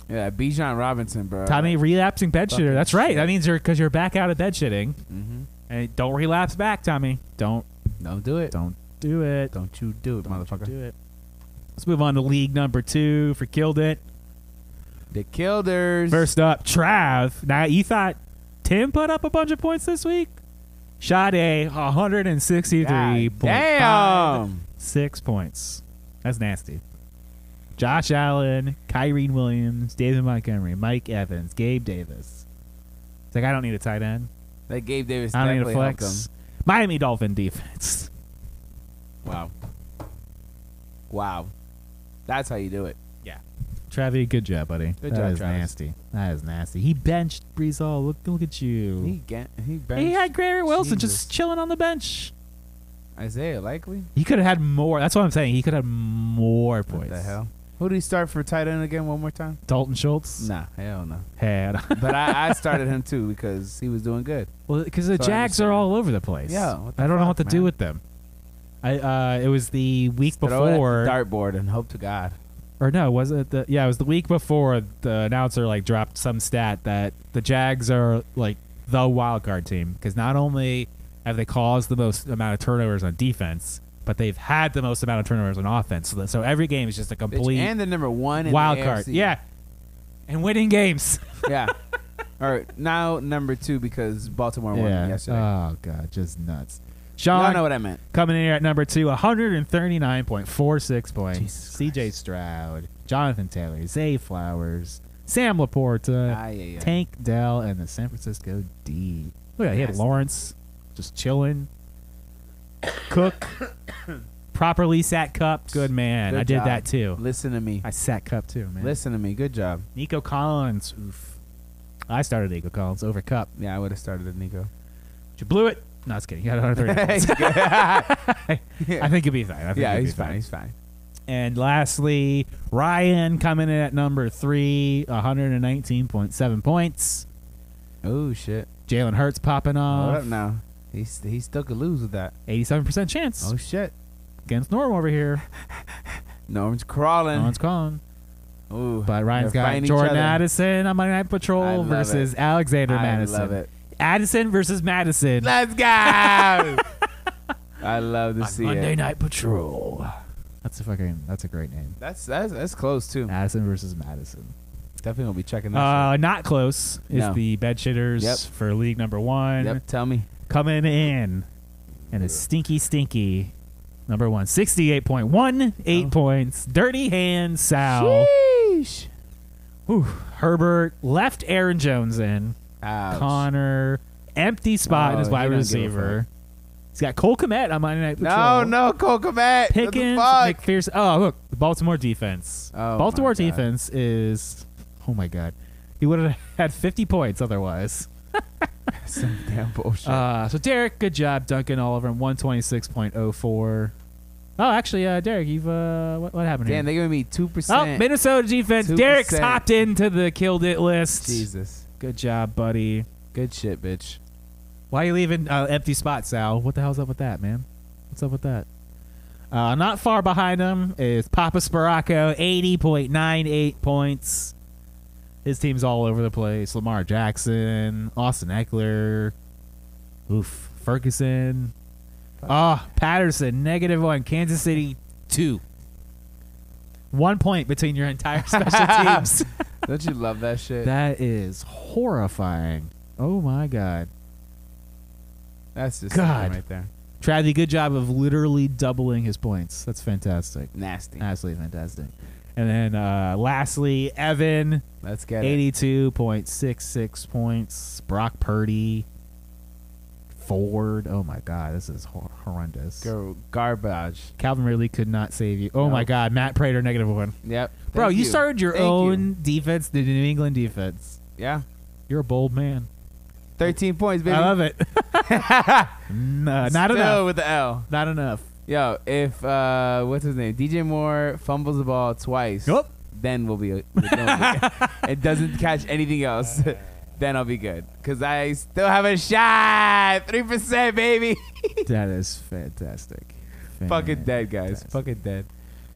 Yeah, Bijan Robinson, bro.
Tommy relapsing bed
Fucking
shitter. That's right.
shit.
That means you're because you're back out of bed shitting.
Mm-hmm.
And don't relapse back, Tommy. Don't
Don't do it.
don't do it.
Don't you do it, motherfucker.
do it. Let's move on to league number two for killed
[laughs]
it.
The Kilders.
First up, Trav. Now you thought Tim put up a bunch of points this week. Shot a 163
God Damn.
six points. That's nasty. Josh Allen, Kyrene Williams, David Montgomery, Mike Evans, Gabe Davis. It's like I don't need a tight end.
That Gabe Davis
I don't need
definitely
to
helped
flex. Miami Dolphin defense.
him. Wow. Wow. That's how you do it.
Travi, good job, buddy.
Good
That
job,
is
Travis.
nasty. That is nasty. He benched Breezal. Look, look at you.
He ga- he
He,
benched
had Gary Wilson
Jesus.
just chilling on the bench.
Isaiah Likely.
He could have had more. That's what I'm saying. He could have had more points.
What the hell? Who did he start for tight end again? One more time?
Dalton Schultz
Nah, hell no.
had. [laughs]
But I, I started him too because he was doing good.
well, because the
So I
Jags are
understand.
all over the place.
Yeah, what the
I don't know
fuck,
what to do
man.
with them. I uh, it was the week
Throw it at the
before,
dartboard and hope to God.
or no, was it the yeah? It was the week before the announcer like dropped some stat that the Jags are like the wild card team because not only have they caused the most amount of turnovers on defense, but they've had the most amount of turnovers on offense. So, that- so every game is just a
Bitch,
complete
and the number one in
wild
the
card.
AFC.
Yeah, and winning
[laughs]
games.
yeah. All right, now number two because Baltimore won yesterday.
Oh god, just nuts.
Y'all
Sean
know what I meant.
Coming in here at number two, 139.46 points.
Jesus
CJ Stroud, Jonathan Taylor, Zay Flowers, Sam Laporta,
Ah, yeah, yeah.
Tank Dell, and the San Francisco D. Look at that. He had
Nasty.
Lawrence just chilling.
[coughs]
Cook properly sat cup. Good man.
Good
I did
job.
that too.
Listen to me.
I sat cup too, man.
Listen to me. Good job.
Nico Collins. Oof. I started Nico Collins over cup.
Yeah, I would have started with
[laughs]
Nico.
But you blew it. No, it's kidding. You got
[laughs]
130 points. I think you'll be fine. I think
yeah,
he'll be
he's fine. He's fine.
And lastly, Ryan coming in at number three, 119.7 points.
Oh shit.
Jalen Hurts popping
Hold
off,
up now. He's he still could lose with that.
87% chance.
Oh shit.
against norm over
[laughs]
here.
No one's crawling.
No one's calling.
Ooh,
But Ryan's
they're
got
fighting each
Jordan
other.
Addison on Monday Night
I
Patrol
love
versus Alexander
I
Madison.
love it.
Addison versus Madison.
Let's go. [laughs] I love to
on
see
Monday
it.
Night Patrol. That's a fucking. That's a great name.
That's that's that's close too.
Addison versus Madison.
Definitely gonna be checking that.
Uh, not close is
No.
the bed shitters
Yep.
for league number one
shit. Yep. Tell me.
coming in, and it's stinky stinky. Number one, 68.1, eight
Oh.
points. Dirty hand, Sal.
Sheesh.
Whew. Herbert left Aaron Jones in.
Ouch.
Connor, empty spot in
Oh,
his
he
wide
don't give a
receiver. He's got Cole Komet on Monday Night Patrol.
no, no, Cole Komet. What the
Pickens,
fuck?
McPherson. Oh, look, the Baltimore defense.
Oh, my
Baltimore
God.
defense is. Oh my god, he would have had 50 points otherwise.
Some [laughs] damn bullshit.
Uh, so Derek, good job, Duncan Oliver, 126.04. Oh, actually, uh, Derek, you've uh, what, what happened
Damn,
here?
they're giving me two
Oh,
percent.
Minnesota defense.
2%.
Derek's hopped into the killed it list.
Jesus,
Good job, buddy.
good shit, bitch.
Why are you leaving uh, empty spots, Sal? What the hell's up with that, man? What's up with that? Uh, not far behind him is Papa Sparaco, 80.98 points. His team's all over the place. Lamar Jackson, Austin Eckler, oof, Ferguson. Ah, Patterson, negative one. Kansas City, two. One point between your entire [laughs] special teams.
Don't you love that shit?
that is horrifying. Oh, my God.
That's just
God.
something right there.
Travie, good job of literally doubling his points. That's fantastic.
Nasty.
Absolutely fantastic. And then uh, lastly, Evan,
Let's get it.
82.66 points. Brock Purdy, Ford. Oh my God, this is hor- horrendous.
Gar- garbage.
Calvin Ridley could not save you. Oh
No.
my God, Matt Prater, negative one.
Yep.
Bro,
Thank
you, started your
Thank you.
own defense, the New England defense.
Yeah.
You're a bold man.
Thirteen points, baby.
I love it. [laughs] no, not
Still
enough.
with the L.
Not enough.
Yo, if uh, what's his name, DJ Moore fumbles the ball twice,
Yup.
then we'll be. [laughs] Then we'll be it doesn't catch
[laughs]
anything else. [laughs] then I'll be good because I still have a shot. Three
[laughs]
percent, baby.
That is fantastic.
Fucking dead, guys.
Fantastic.
Fucking dead.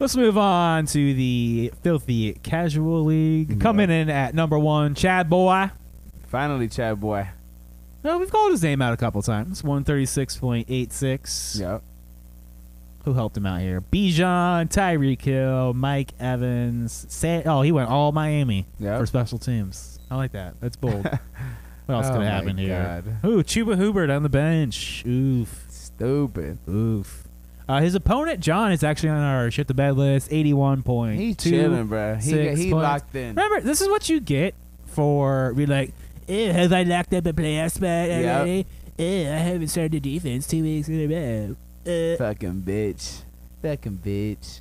Let's move on to the filthy casual league. Coming in at number one, Chad Boy.
Finally, Chad boy.
No, we've called his name out a couple times. One thirty six point eight six.
Yep.
Who helped him out here? Bijan, Tyreek Hill, Mike Evans. Say, oh, he went all Miami
Yep.
for special teams. I like that. That's [laughs] bold. what else
Oh
could
my
happen here?
God.
Ooh, Chuba Hubbard on the bench. Oof.
Stupid.
Oof. Uh, his opponent John is actually on our shit the bed list, eighty-one point
He's
two.
chilling, bro. He,
six
he
points.
locked in.
Remember, this is what you get for be like, eh, have I locked up a playoff spot
Yep.
already? Eh, I haven't started the defense two weeks in a row. Uh.
[laughs] Fucking bitch. Fucking bitch.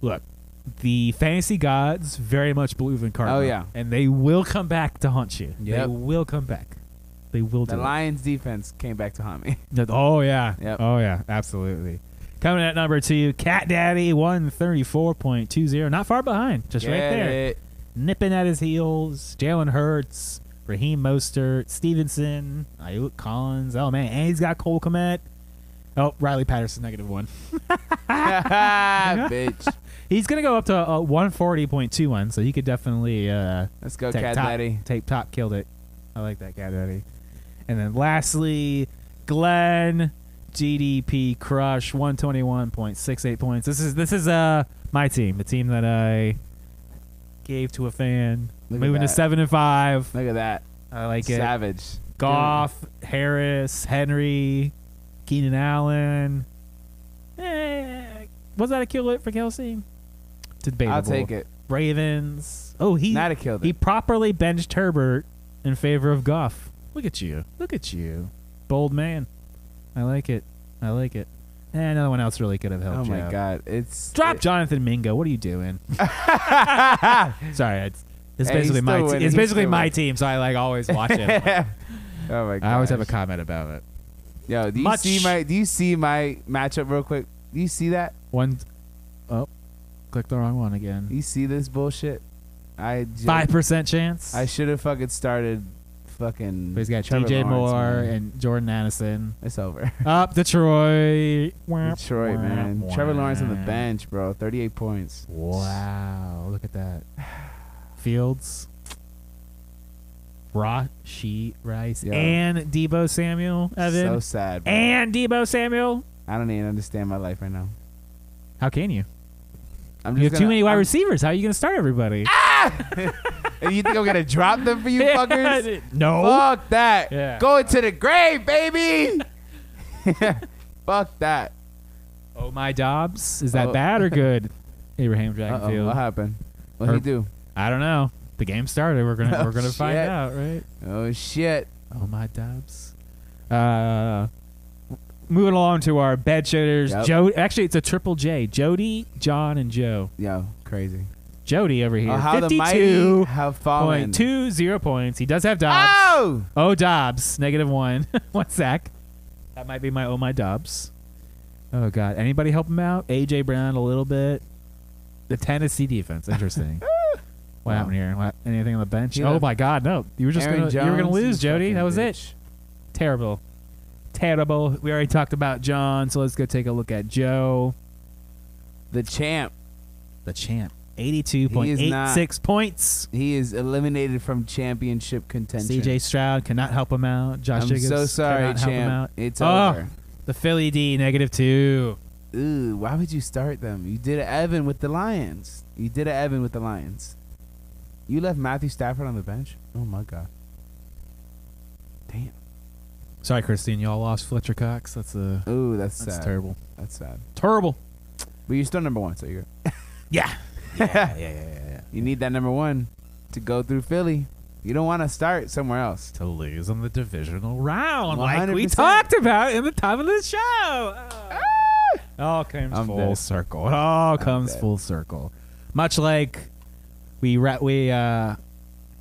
Look, the fantasy gods very much believe in karma.
Oh, yeah.
and they will come back to haunt you. They
Yep.
will come back. They will
The
do it.
Lions defense came back
[laughs]
to haunt me.
That- Oh yeah.
Yep.
Oh yeah. Absolutely. Coming at number two, Cat Daddy, one thirty four point two zero. Not far behind. Just right
Get
there. [laughs]
it. [laughs]
Nipping at his heels. Jalen Hurts, Raheem Mostert, Stevenson, Ayuk Collins. Oh man, and he's got Cole Komet. Oh, Riley Patterson, negative one.
bitch.
He's gonna go up to uh, one forty point two one, so he could definitely uh,
Let's go,
Tech
Cat
top,
Daddy.
Tape top killed it. I like that Cat Daddy. And then lastly, Glenn GDP Crush 121.68 points. This is this is uh my team, the team that I gave to a fan.
Look at
Moving to
that.
seven and five.
Look at that.
I like it.
Savage.
Goff, Harris, Henry, Keenan Allen. Eh, was that a kill it for Kelsey? It's
Dude,
debatable.
I'll take it.
Ravens. Oh, he
Not a kill.
he
He,
properly benched Herbert in favor of Goff. Look at you. Look at you. Bold man. I like it. I like it. And no one else really could have helped
oh
you
my
out.
god, Eh. it's
Drop
it- [laughs]
Jonathan Mingo. What are you doing? Sorry, it's, it's
Hey, he's
basically my
still
te-
winning.
it's
He's
basically
still
my
winning.
team, so I like always watch
[laughs]
it.
oh my god.
I always have a comment about it.
Yo, do you
Much-
see my do you see my matchup real quick? Do you see that?
One oh, click the wrong one again.
You see this bullshit? I ju-
Five percent chance.
I should have fucking started fucking.
But he's got
Trevor
DJ
Lawrence,
Moore
man.
and Jordan Addison.
It's over. [laughs]
Up Detroit.
Detroit, man. Trevor Lawrence on the bench, bro. 38 points.
Wow. Look at that. Fields. Rashi Rice.
Yeah.
And Debo Samuel,
So
Evan.
sad. Bro.
and Debo Samuel.
I don't even understand my life right now.
How can you?
I'm
You have too
gonna-
many wide
I'm- [laughs]
receivers. How are you going to start everybody?
You think I'm gonna drop them
[laughs]
for you fuckers?
no.
Fuck that.
Oh. Yeah.
Go into the grave, baby.
[laughs]
Fuck that.
Oh my Dobbs, is that
Oh. [laughs]
bad or good? Abraham
Uh-oh,
Jackfield.
what happened? What would
Or-
he do?
I don't know. The game started. We're gonna
[laughs] Oh,
we're gonna find
shit.
out, right?
Oh shit.
Oh my Dobbs. Uh, moving along to our bed shitters.
Yep.
Joe, actually, it's a triple J. Jody, John, and Joe.
Yo, crazy.
Jody over here.
Oh, how the mighty
Fifty-two
have fallen.
point two zero points. He does have Dobbs.
Oh!
Oh Dobbs, negative one. [laughs] one sack. That might be my oh my Dobbs. Oh god. Anybody help him out? AJ Brown a little bit. The Tennessee defense. Interesting.
[laughs]
what happened here? What, anything on the bench?
Ah! He
oh
left-
my god, no. You were just
Aaron
gonna you were gonna
Jones,
lose,
you
Jody. That
fucking
was
bitch.
it. Terrible. Terrible. We already talked about John, so let's go take a look at Joe,
The champ.
the champ. Eighty-two point
He is
eight
not-
six points.
He is eliminated from championship contention.
CJ Stroud cannot help him out. Josh
I'm
Jacobs
so sorry,
cannot help him out.
champ. It's
Oh.
over.
The Philly D negative two.
Ooh, why would you start them? You did an Evan with the Lions. You did an Evan with the Lions. You left Matthew Stafford on the bench? Oh my god. Damn.
Sorry, Christine, y'all lost Fletcher Cox. That's uh,
Ooh, that's,
that's
sad.
terrible.
That's sad.
Terrible.
But you're still number one, so you're
Yeah. yeah, yeah, yeah, yeah.
you need that number one to go through Philly. You don't want to start somewhere
[sighs]
else.
To lose in the divisional round, like we
100%.
talked about in the top of the show. Oh. All comes
Ah! I'm
full
dead.
circle. It all comes
dead.
full circle. Much like we ra- we uh,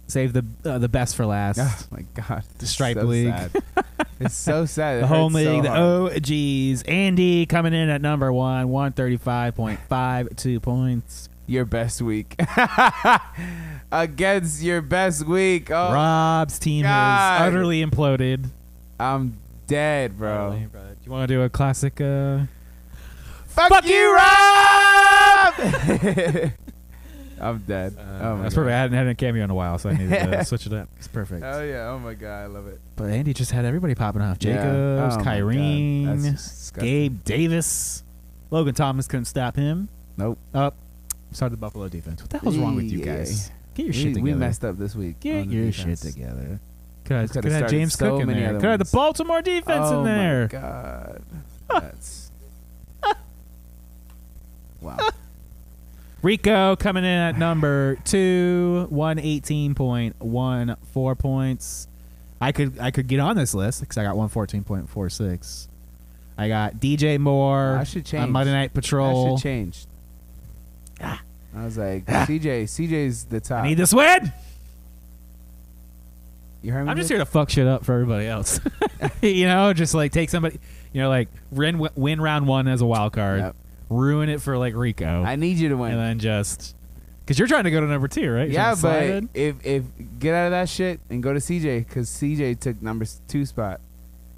saved the uh, the best for last.
Oh [laughs] my god.
The Stripe
so
League. [laughs]
sad. it's so sad. It
The home
hurts so
league,
hard.
the OGs. Andy coming in at number one, 135.52 points.
Your best week. [laughs] Against your best week. Oh,
Rob's team
God.
is utterly imploded.
I'm dead, bro.
Do you want to do a classic? Uh...
Fuck, you, [laughs] Rob! I'm dead. oh my
Uh, that's
god.
perfect. I hadn't had a cameo in a while, so I needed
[laughs]
to switch it up. It's perfect.
Oh yeah. Oh my god. I love it.
but Andy just had everybody popping off.
Yeah.
Jacobs,
Oh my God. That's
Kyrene,
just disgusting.
Gabe Davis, Logan Thomas couldn't stop him.
Nope.
Up. Sorry, the Buffalo defense. What the hell's wrong with you guys? Get your shit
We,
together.
we messed up this week.
Get
on the
your
defense.
shit together. Could I
Could've
could have
started
James
so
Cook in
many
there.
other
Could have the
ones.
Baltimore defense
oh
in there. [laughs]
my god. That's. [laughs] wow.
Rico coming in at number two, one eighteen point one four points. I could I could get on this list because I got one fourteen point four six. I got DJ Moore.
I should
on
change.
Monday Night
That
Patrol.
shit changed. I was like, CJ, CJ's the top.
Ah. I need this win.
You heard me?
I'm just
Nick?
here to fuck shit up for everybody else. [laughs] you know, just like take somebody. You know, like win win round one as a wild card,
Yep.
ruin it for like Rico,
I need you to win.
and then just because you're trying to go to number two, right? You're trying
Yeah,
to slide
but
in?
if if get out of that shit and go to CJ because CJ took number s- two spot.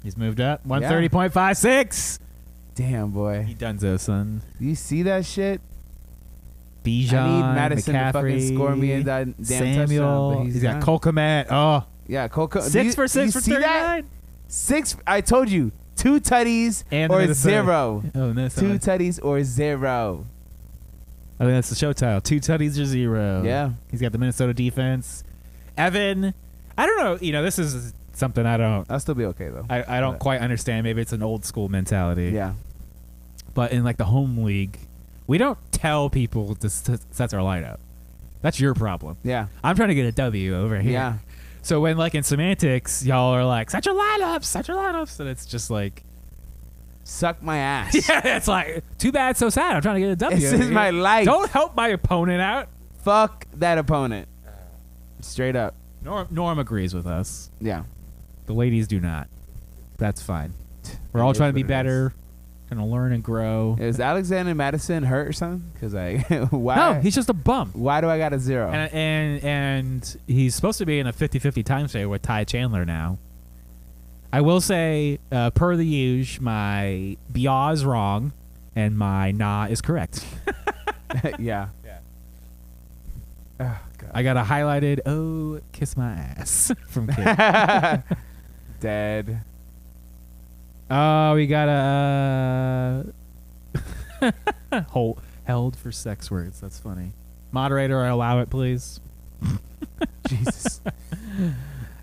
he's moved up one thirty point five six.
Damn
He
boy,
donezo son.
do you see that shit?
Bijan,
I need Madison
McCaffrey,
to fucking score me a da- damn touchdown.
Samuel.
But he's
he's
not.
got Cole Komet. Oh,
yeah, Cole Co- do
six
you-
for
do you
six for
see that?
39.
Six. I told you, two tutties
And
or
another third.
zero.
[laughs] Oh, no. Two
Two tutties or zero.
I think that's the show title. Two tutties or zero.
Yeah.
He's got the Minnesota defense. Evan, I don't know. You know, this is something I don't.
I'll still be okay though.
I, I don't
Yeah.
quite understand. Maybe it's an old school mentality.
yeah,
But in like the home league, we don't tell people to s- set their lineup. That's your problem.
yeah,
I'm trying to get a W over here.
yeah.
So when like in semantics, y'all are like, set your lineups, set your lineups, and it's just like, [laughs]
Suck my ass.
yeah, it's like, too bad, so sad. I'm trying to get a W.
This is my life.
Don't help my opponent out.
Fuck that opponent. Straight up.
Norm, Norm agrees with us.
Yeah.
The ladies do not. That's fine. We're all
It is
trying to be
what it is.
better, trying gonna learn and grow.
Is Alexander Madison hurt or something? Because I [laughs] why
No, he's just a bum.
why do I got a zero?
And, and and he's supposed to be in a 50-50 time share with Ty Chandler now. I will say, uh, per the usual, my bia is wrong, and my nah is correct.
[laughs] yeah.
Yeah.
Oh god.
I got a highlighted "Oh, kiss my ass" [laughs] from Kid.
Dead.
oh, we got a uh, [laughs] hold held for sex words. That's funny. Moderator, allow it, please.
[laughs] Jesus.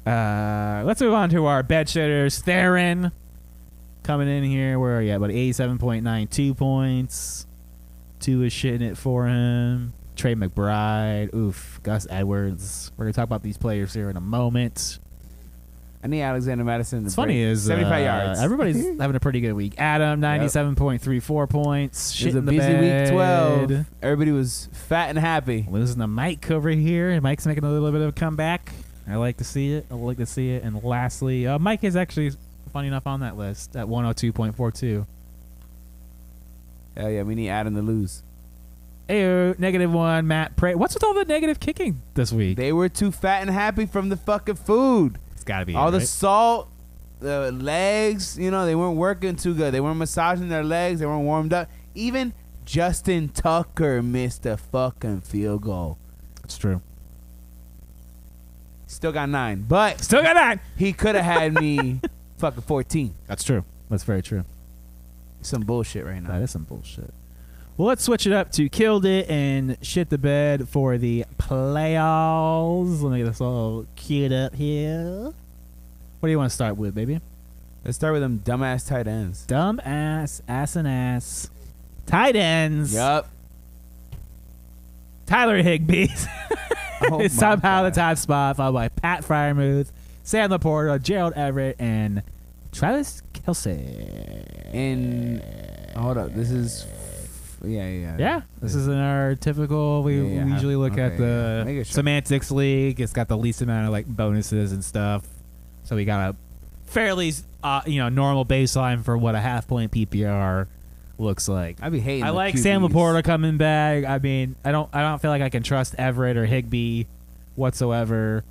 Uh, let's move on to our bed shitters. Theron coming in here. Where are you at? About 87.92 points. Two is shitting it for him. Trey McBride. Oof. Gus Edwards. We're going to talk about these players here in a moment.
I need Alexander Madison. To
It's funny
break
is uh,
75 yards. [laughs]
Everybody's having a pretty good week. Adam, 97.34 points.
It
Shit
was a
in the
busy
bed.
week 12. Everybody was fat and happy.
Losing the mic over here. Mike's making a little bit of a comeback. I like to see it. I like to see it. And lastly, uh, Mike is actually, funny enough, on that list at 102.42.
Oh yeah, we need Adam to lose.
Ayo, uh, negative one, Matt Prey. What's with all the negative kicking this week?
They were too fat and happy from the fucking food.
it's got to be.
All
it,
the
right?
salt, the legs, you know, they weren't working too good. They weren't massaging their legs, they weren't warmed up. Even Justin Tucker missed a fucking field goal.
It's true.
Still got nine, but
Still got that.
he could have had
[laughs]
me fucking 14.
That's true. That's very true.
Some bullshit right now.
That is some bullshit. Well, let's switch it up to killed it and shit the bed for the playoffs. Let me get this all queued up here. What do you want to start with, baby?
Let's start with them dumbass tight ends.
Dumb ass, ass and ass, tight ends.
Yup.
Tyler Higbee
[laughs]
[laughs]
Oh my
is somehow the
God.
top spot, followed by Pat Fryermuth, Sam Laporta, Gerald Everett, and Travis Kelsey.
In hold up, this is yeah, yeah,
Yeah, this isn't our typical. We,
Yeah, yeah,
we
have-
usually look at
okay,
the
yeah. Make it short.
semantics league. It's got the least amount of like bonuses and stuff, so we got a fairly uh, you know normal baseline for what a half point PPR looks like.
I be hating.
I
the
like Sam
QBs.
Laporta coming back. I mean, I don't I don't feel like I can trust Everett or Higby whatsoever.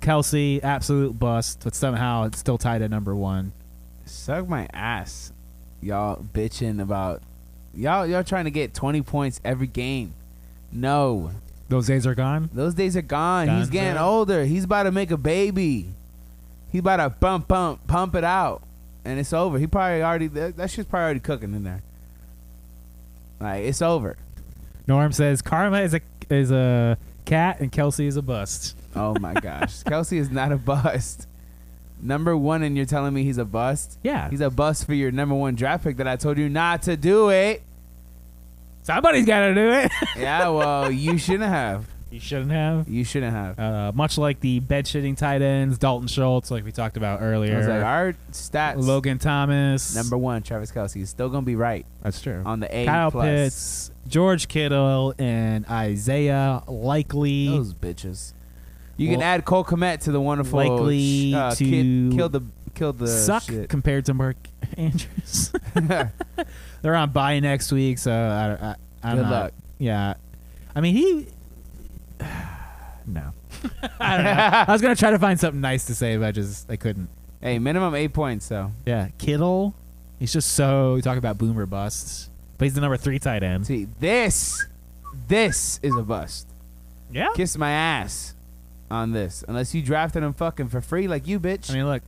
Kelsey, absolute bust, but somehow it's still tied at number one.
Suck my ass, y'all bitching about y'all y'all trying to get twenty points every game. No,
Those days are gone.
those days are gone. He's
Guns
getting
out.
older. He's about to make a baby. He about to pump pump pump it out, and it's over. He probably already that, that shit's probably already cooking in there. Like it's over.
Norm says Karma is a is a cat and Kelsey is a bust.
Oh
[laughs]
my gosh, Kelsey is not a bust. Number one, and you're telling me he's a bust.
Yeah,
He's a bust for your number one draft pick that I told you not to do it.
somebody's got to do it. [laughs]
Yeah, well, you shouldn't have.
you shouldn't have.
You shouldn't have.
Uh, much like the bed shitting tight ends, Dalton Schultz, like we talked about
I was like,
earlier,
our stats.
Logan Thomas,
Number one, Travis Kelsey is still gonna be right
that's true.
on the A
Kyle
plus.
Pitts, George Kittle, and Isaiah Likely.
Those bitches. You can
Well,
add Cole Komet to the wonderful
likely
uh,
to
kid, kill the kill the
suck
shit.
compared to Mark [laughs]
[laughs]
Andrews. They're on bye next week, so I, I, I'm
Good
not-
luck.
Yeah, I mean he. [sighs] no, I don't know. I was gonna try to find something nice to say, but I just I couldn't.
Hey, minimum eight points though.
Yeah, Kittle. He's just so we talk about boomer busts, but he's the number three tight end.
See this, this is a bust.
Yeah,
Kiss my ass on this, unless you drafted him fucking for free like you bitch.
I mean look,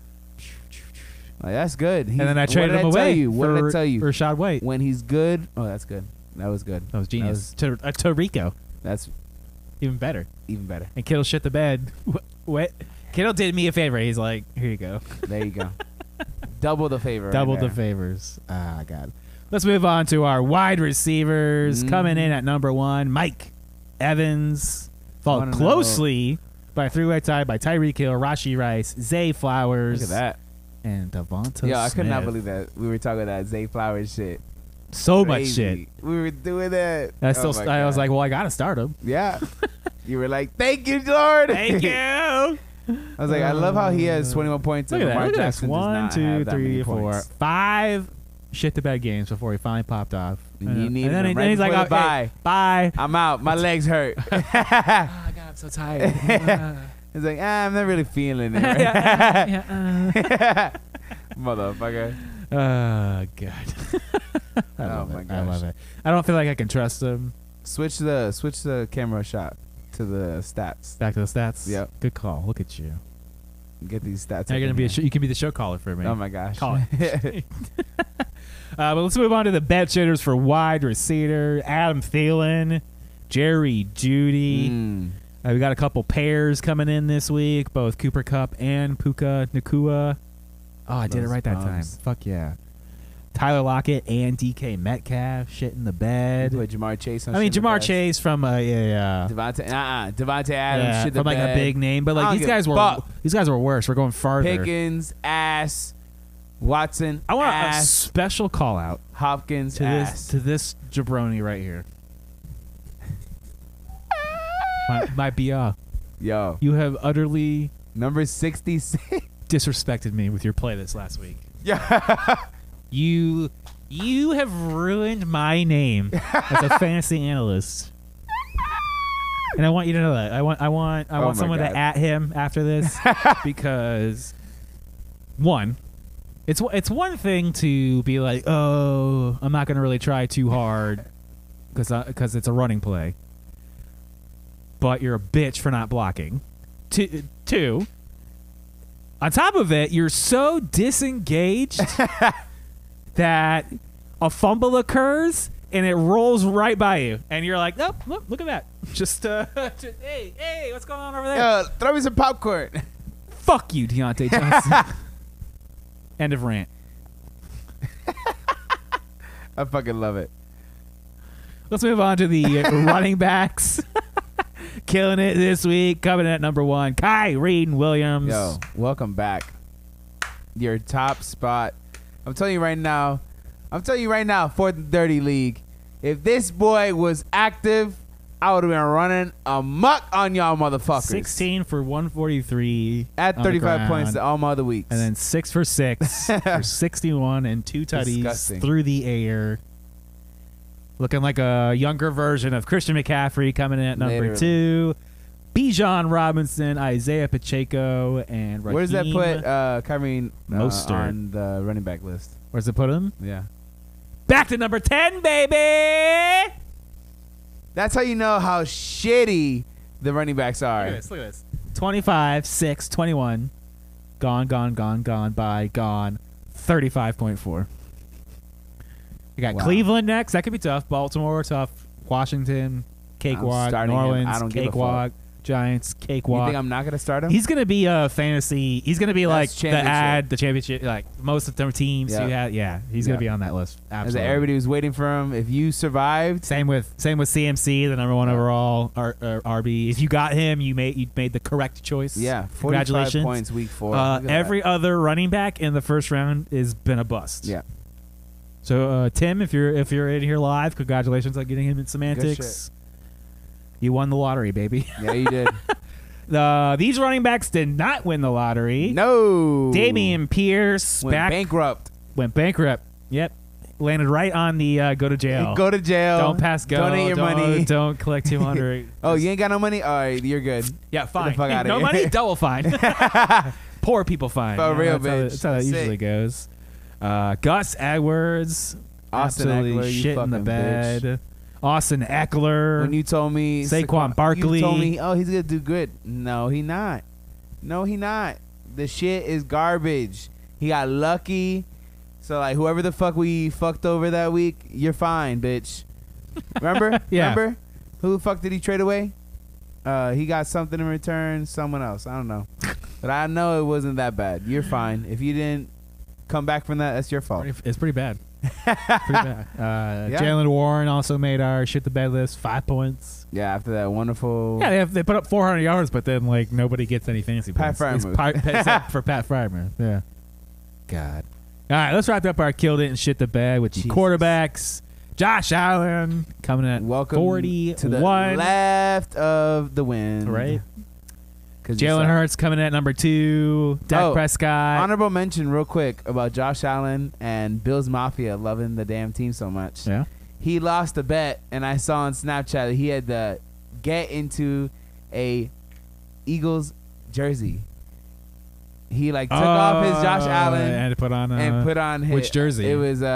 Like, that's good. He's,
and then I traded
what
him
did I
away.
Tell you? What
for,
did I tell you?
Rashad White.
[laughs] When he's good, oh, that's good. That was good.
That was genius. to, uh, to Rico,
That's
even better.
even better.
And Kittle shit the bed. [laughs] What? Kittle did me a favor. He's like, here you go.
There you go. Double the
[laughs]
favor.
Double
right
the favors. Ah, God. Let's move on to our wide receivers.
Mm.
Coming in at number one, Mike Evans.
Wanna
Followed
know-
closely
oh.
by a three-way tie by Tyreek Hill, Rashi Rice, Zay
Look
Flowers,
at that.
and Devonta
Yo, I could not
Smith.
believe that we were talking about that Zay Flowers shit.
So much
Crazy.
Oh shit.
We were doing that.
I
Oh
still,
my
I was
God.
like, well, I gotta start him. [laughs]
yeah. you were like, [laughs] thank you, Lord.
Thank [laughs] you.
[laughs]
Uh,
I was like, I love how he has 21 points.
Look at
and
that.
Lamar
Look at this.
Jackson does
One,
not
two,
have that many
three, four,
points.
five shit to bed games before he finally popped off. Uh,
You
And-
needed
and then,
him
he-
right
then he's like,
before
oh,
the
hey, bye.
I'm out. My legs hurt.
Oh,
[laughs]
God, I'm so [laughs] tired. yeah,
It's like, ah, I'm not really feeling it. [laughs] right?"
[laughs] yeah,
[laughs] Motherfucker.
uh. oh, God. I
Oh,
love
my
it. I
gosh.
love it. I don't feel like I can trust him.
Switch the switch the camera shot to the stats.
Back to the stats.
Yep.
Good call. Look at you.
Get these stats.
Now
up
you're gonna
in
be a
here.
sh- you can be the show caller for me.
Oh my gosh.
Call
[laughs]
it. [laughs] uh, but let's move on to the bet shitters for wide receiver Adam Thielen, Jerry Judy.
Mm.
Uh, we got a couple pairs coming in this week, both Cooper Cup and Puka Nakua. Oh, I did it
Those
right that
bums.
time. Fuck yeah. Tyler Lockett and DK Metcalf shit in the
You
bed.
put Jamar Chase on
I mean,
shit in the
Jamar
best.
Chase from a yeah, yeah,
Devontae, uh-uh. Devontae Adams
yeah
shit the
from like a
bed.
big name, but
I
like
don't
these
give a
guys were
fuck.
these guys were worse. We're going farther.
Pickens ass. Watson
I want a
ass.
special call out
Hopkins
to
ass.
this to this jabroni right
[laughs]
here. my, my BR,
Yo,
you have utterly
number sixty six.
disrespected me with your play this last week.
yeah. [laughs]
You you have ruined my name as
[laughs]
a fantasy analyst. And I want you to know that. I want I want I
Oh
want
my
someone
God.
to at him after this
[laughs]
because one it's one- it's one thing to be like, "Oh, I'm not going to really try too hard cuz cuz it's a running play." But you're a bitch for not blocking. Two, two on top of it, you're so disengaged that a fumble occurs and it rolls right by you, and you're like, "Nope, look, look at that! [laughs] Just, uh, just- hey, hey, what's going on over there?
Yo, [laughs] throw me some popcorn. [laughs]
Fuck you, Deontay Johnson." End of rant.
I fucking love it.
Let's move on to the uh, running backs. Killing it this week, coming in at number one, Kyrie Williams.
Yo, welcome back. Your top spot. I'm telling you right now. I'm telling you right now, fourth and thirty league. If this boy was active, I would have been running amok on y'all motherfuckers.
16 for 143
at
on the
35
ground.
points all my other weeks.
And then six for
[laughs]
six for 61 and two tutties
Disgusting.
through the air. Looking like a younger version of Christian McCaffrey coming in at number
Literally.
two. Bijan Robinson, Isaiah Pacheco, and Raheem.
where does that put uh, Kyrie uh,
Mostert.
on the running back list?
Where does it put him?
Yeah,
Back to number 10, baby!
that's how you know how shitty the running backs are.
Look at this. 25, 6, 21. Gone, gone, gone, gone, by, gone. 35.4. You got
Wow.
Cleveland next. That could be tough. Baltimore, tough. Washington, cakewalk. New
starting him.
Orleans,
I don't give a
cakewalk. Giants,
You
cakewalk.
think I'm not gonna start him?
he's going to be a fantasy. He's going to be
That's
like the
championship.
ad, the championship, like most of their teams.
Yeah.
who had- yeah he's going
Yeah.
to be on that list.
As
Absolutely.
everybody was waiting for him. If you survived,
Same with same with CMC, the number one overall R, uh, RB. If you got him, you made you made the correct choice.
yeah, 45
congratulations.
points week four.
Uh,
Look at
every other running back in the first round has been a bust.
that. yeah,
So uh, Tim, if you're if you're in here live, congratulations on getting him in semantics. You won the lottery, baby. [laughs]
yeah, you did.
Uh, these running backs did not win the lottery.
no,
Damian Pierce
went
back
bankrupt.
went bankrupt. Yep, landed right on the uh, go to jail.
Go to jail.
don't pass go.
Donate your money.
Don't collect two hundred.
[laughs] Oh, you ain't got no money. All right, you're good.
Yeah, fine.
fuck outta
no
here. [laughs]
money, double fine. Poor people fine.
For
Yeah,
real,
that's How,
bitch.
that's how that
That's
usually
it.
goes. Uh, Gus Edwards,
Austin
absolutely
Eckler, you
shit in the
fucking
bed.
bitch.
Austin Eckler,
When you told me
Saquon
Saquon-
Barkley.
you told me, oh, he's gonna do good. No, he not. No, he not. The shit is garbage. He got lucky. So like, whoever the fuck we fucked over that week, you're
[laughs]
fine, bitch. Remember?
Yeah.
Remember? Who the fuck did he trade away? Uh, he got something in return. Someone else.
[laughs]
I don't know. but I know it wasn't that bad. You're fine. If you didn't come back from that, that's your fault.
Pretty- it's pretty
[laughs]
bad. pretty bad. Uh,
Yeah.
Jalen Warren also made our shit the bed list. Five points.
Yeah. After that wonderful.
Yeah, they, have, they put up 400 yards, but then like nobody gets any fantasy
Pat
points. It's
Fryermuth. [laughs]
Pat- Pat- except for Pat Fryermuth. Yeah.
God.
All right, let's wrap up our killed it and shit the bed with the
Jesus.
quarterbacks. Josh Allen coming in at
Welcome
41.
to the left of the wind.
right?
'Cause you
Jalen
suck.
Hurts coming in at number two. Dak
Oh,
Prescott.
Honorable mention, real quick, about Josh Allen and Bills Mafia loving the damn team so much.
yeah.
He lost a bet, and I saw on Snapchat that he had to get into a Eagles jersey. He like took off his Josh
Oh,
Allen
and put on uh,
and put on his
which jersey?
It was uh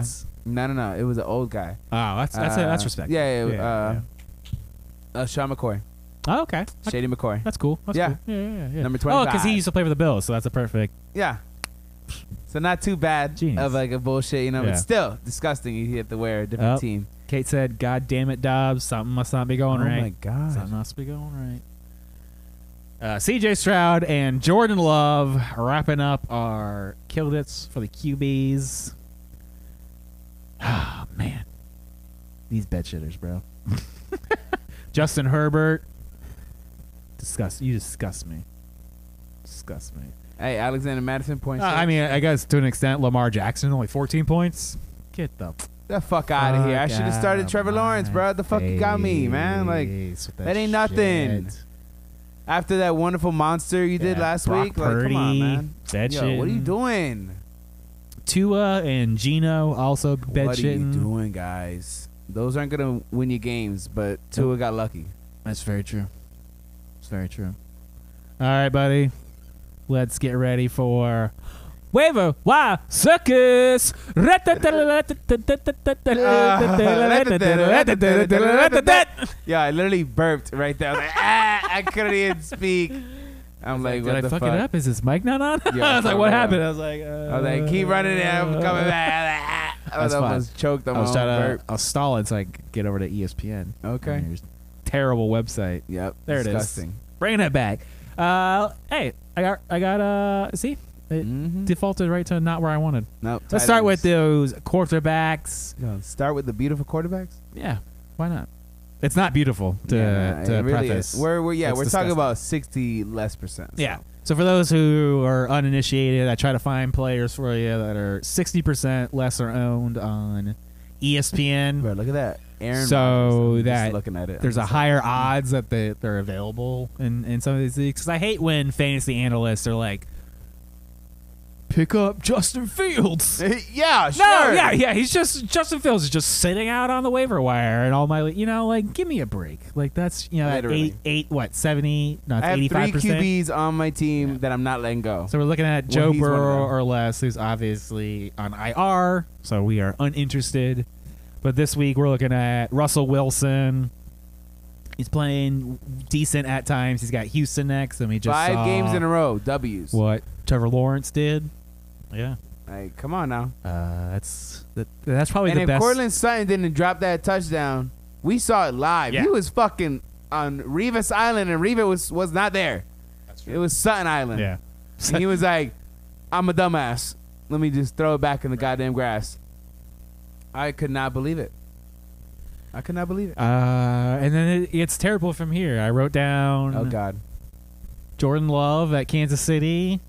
Hurts.
no no no. It was an old guy.
Oh, that's that's
uh,
that's respect.
Yeah, yeah, uh, Uh, Sean McCoy,
yeah. Oh, okay.
Shady McCoy,
That's cool. That's
Yeah.
cool. Yeah, yeah, yeah.
number
Oh,
twenty-five.
because he used to play for the Bills, so that's a perfect.
Yeah. So not too bad
Jeez.
of like a bullshit, you know,
Yeah.
but still disgusting. You have to wear a different
Yep.
team.
Kate said, "God damn it, Dobbs, something must not be going
oh
right.
my god.
Something must be going right." Uh, C.J. Stroud and Jordan Love wrapping up our killed it's for the QBs. Oh man,
These bed shitters, bro.
[laughs] Justin Herbert, disgust. You disgust me. Disgust me.
Hey, Alexander Madison points.
Uh, I mean, I guess to an extent, Lamar Jackson only 14 points. Get the
the fuck out of here. I
Fuck
should have started
outta
Trevor Lawrence,
my
bro. The fuck you got me, man. Like
face with
that ain't nothing.
shit.
after that wonderful monster you did
Yeah,
last
Brock
week, like come on,
Purdy,
man.
Bed
Yo,
shitting.
what are you doing?
Tua and Gino also bed
what are
shitting.
you doing, guys? Those aren't gonna win you games, but Tua got lucky.
That's very true. It's very true.
All right, buddy. Let's get ready for Waiver Wire
[laughs]
Circus. [laughs]
Yeah, I literally burped right there. I was like, [laughs] ah, I couldn't even speak. I'm like,
Did
what
I
the
fuck
fuck?
it up? Is this mic not on?
Yeah,
[laughs] I was like,
fuck
what
it up.
happened? I was like, uh,
I was like, keep running it. I'm
[laughs]
coming back. I was
That's fine.
almost choked on
I
my
was
own
trying
burp.
to. I'll stall it so I could get over to E ESPN.
Okay.
Terrible website.
Yep.
There it is.
Disgusting.
Bringing it back. Uh, hey, I got, I got. Uh, see, it
Mhm.
defaulted right to not where I wanted.
Nope.
Let's start with those quarterbacks.
the start with the beautiful quarterbacks.
Yeah, why not? It's not beautiful to, uh,
yeah,
to
it really
preface.
is. We're, we're yeah,
It's
we're
disgusting.
talking about sixty less percent. so.
yeah. So for those who are uninitiated, I try to find players for you that are sixty percent less or owned on E ESPN.
Bro, look at that. Aaron.
So
Rodgers, I'm
that
just looking at it.
There's
I'm
a
just hmm.
higher odds that they, they're available in, in some of these leagues. Because I hate when fantasy analysts are like, pick up Justin Fields.
like- [laughs] yeah. Sure.
No, yeah, yeah. He's just Justin Fields is just sitting out on the waiver wire, and all my, you know, like give me a break. Like that's you know at
Literally.
eight, eight, what seventy? No,
I have
eighty five percent.
three QBs on my team that I'm not letting go.
So we're looking at
Well,
Joe
he's one of
Burrow
them.
or less, who's obviously on IR, so we are uninterested. But this week we're looking at Russell Wilson. He's playing decent at times. He's got Houston next, and we just uh,
Five
saw
games in a row, W's.
what Trevor Lawrence did. Yeah,
Like, come on now.
uh, that's that, that's probably
and
the
if
best.
Cortland Sutton didn't drop that touchdown, we saw it live.
Yeah.
He was fucking on Revis Island, and Revis was was not there. It was Sutton Island.
yeah,
And he was like, "I'm a dumbass. Let me just throw it back in the goddamn grass." I could not believe it. I could not believe it.
Uh, and then it, it's terrible from here. I wrote down
Oh God.
Jordan Love at Kansas City,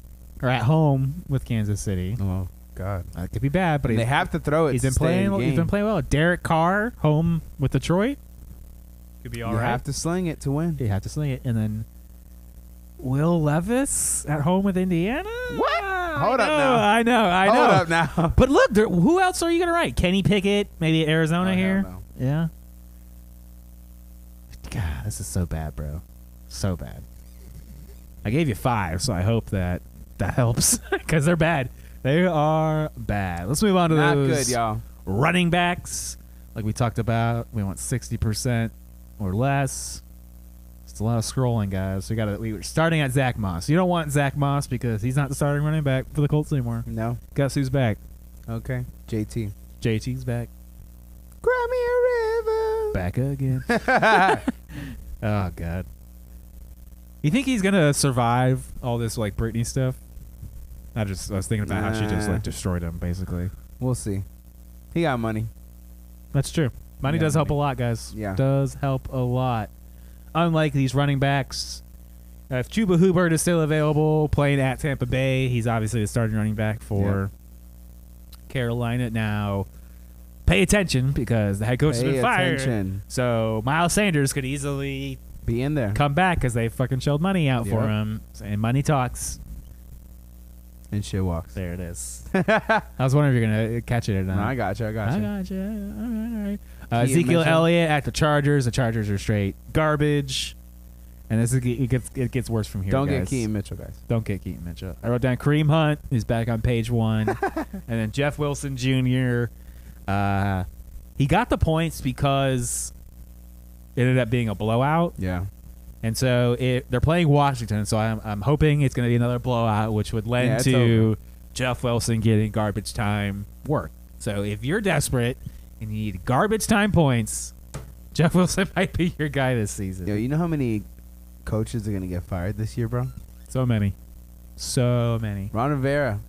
or at home with Kansas City.
Oh God.
That could be bad, but
But they
he's,
have to throw it.
he's
to
been
stay in
playing.
the
He's
game.
been playing well. Derek Carr home with Detroit could be all
You
right.
have to sling it to win.
You have to sling it, and then Will Levis at home with Indiana.
What?
I
Hold up
know,
now.
I know. I
Hold
know. [laughs]
up now.
But look, there, who else are you gonna write? Kenny Pickett, maybe
Oh,
Arizona
hell
here.
no.
Yeah. God, this is so bad, bro. So bad. I gave you five, so I hope that that [laughs] helps because they're bad. They are bad. Let's move on to
Not
those
good, y'all.
running backs. Like we talked about, we want sixty percent or less. It's a lot of scrolling, guys. We got to. We were starting at Zach Moss. You don't want Zach Moss because he's not the starting running back for the Colts anymore.
No.
Guess who's back?
Okay. JT.
JT's back.
Grab me a river.
Back again. [laughs] Oh god. You think he's gonna survive all this like Britney stuff? I just I was thinking about how she just
Nah.
like destroyed him basically.
we'll see. He got money.
That's true. Money
Yeah,
does help
money.
a lot, guys.
Yeah.
does help a lot. Unlike these running backs, uh, if Chuba Hubbard is still available, playing at Tampa Bay, he's obviously the starting running back for Carolina now. Pay attention because the head coach has
Pay
been fired.
attention.
So Miles Sanders could easily
Be in there
come back because they fucking shelled money out for
Yep.
him. And money talks.
and shit walks.
There it
[laughs]
is. I was wondering if you're gonna uh, catch it or
No,
not.
I got you. I got
I
you.
gotcha. All right, all right. Uh,
He had
Ezekiel
mentioned-
Elliott at the Chargers. The Chargers are straight garbage, and this is it gets it gets worse from here.
Don't
guys.
get Keaton Mitchell, guys.
Don't get Keaton Mitchell. I wrote down Kareem Hunt, who's back on page
[laughs]
one, and then Jeff Wilson Jr. Uh, he got the points because it ended up being a blowout,
Yeah.
and so it, they're playing Washington. So I'm I'm hoping it's going to be another blowout, which would lend
Yeah, it's
to Jeff Wilson getting garbage time work. So if you're desperate and you need garbage time points, Jeff Wilson [laughs] might be your guy this season.
Yo, you know how many coaches are gonna get fired this year, bro?
So many, so many.
Ron Rivera.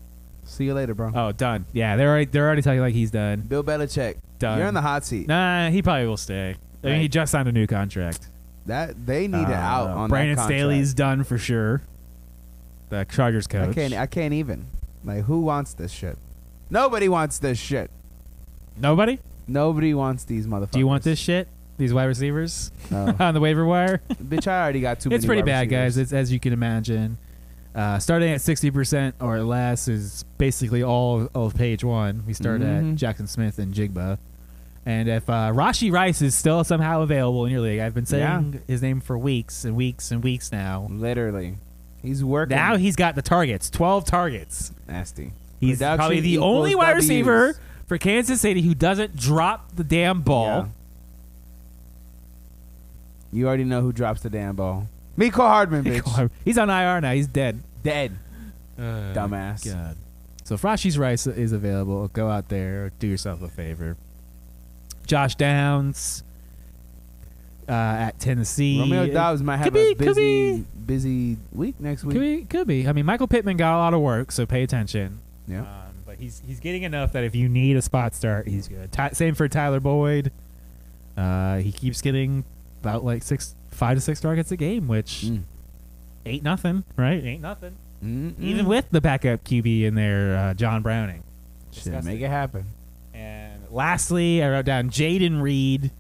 See you later, bro.
Oh, done. Yeah, they're already, they're already talking like he's done.
Bill Belichick.
Done.
You're in the hot seat.
Nah, he probably will stay. I mean, he
Right.
just signed a new contract.
That they need
Uh,
it out on
Brandon
that contract.
Staley's done for sure. The Chargers coach.
I can't. I can't even. Like, who wants this shit? Nobody wants this shit.
Nobody?
Nobody wants these motherfuckers.
Do you want this shit? These wide receivers
No.
[laughs] on the waiver wire?
Bitch, I already got [laughs] too many.
it's pretty
wide
bad, guys. It's
receivers.
as you can imagine. Uh, starting at sixty percent or less is basically all of page one. We start
Mhm.
at Jackson Smith and Jigba, and if uh, Rashi Rice is still somehow available in your league, I've been saying his name for weeks and weeks and weeks now.
Mm-hmm. Literally, he's working.
Now he's got the targets, twelve targets.
nasty.
He's
Production
probably the
equals
only wide
Ws.
receiver for Kansas City who doesn't drop the damn
Yeah.
ball.
You already know who drops the damn ball.
[laughs]
Miko Hardman, bitch.
He's on IR now. He's dead.
Dead.
Dumbass.
Dumbass.
Oh, God. So if Rashi's Rice is available, go out there, do yourself a favor. Josh Downs uh, at Tennessee.
Romeo Dobbs might have
Could be-
a
could
busy,
be-
busy week next week.
could be, could be. I mean, Michael Pittman got a lot of work, so pay attention.
Yeah.
Um, but he's he's getting enough that if you need a spot start, he's good. Ty- same for Tyler Boyd. Uh, he keeps getting about like six, five to six targets a game, which
Mm.
ain't nothing, right? Ain't nothing.
Mm-mm.
Even with the backup QB in there, uh, John Browning.
Shit, make it happen.
And lastly, I wrote down Jaden Reed.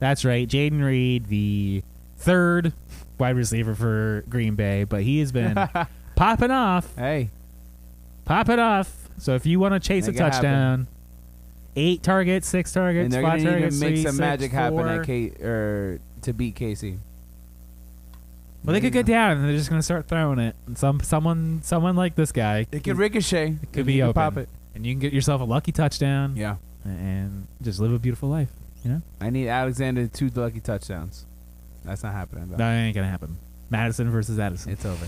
That's right, Jaden Reed, the third wide receiver for Green Bay, but he has
[laughs]
been popping off,
Hey,
popping off. So if you want to chase
Make
a
it happen.
touchdown, eight targets, six targets,
and they're
five
gonna need
targets,
to make
three,
some
six,
magic happen
four.
at K- or to beat Casey.
Well, they
There
could
you
get down, and they're just gonna start throwing it. And some someone someone like this guy,
It could ricochet. It
could be open.
Pop it.
and you can get yourself a lucky touchdown,
Yeah.
and just live a beautiful life.
I need Alexander two lucky touchdowns. That's not happening. Though.
That ain't gonna happen. Madison versus Addison.
It's over.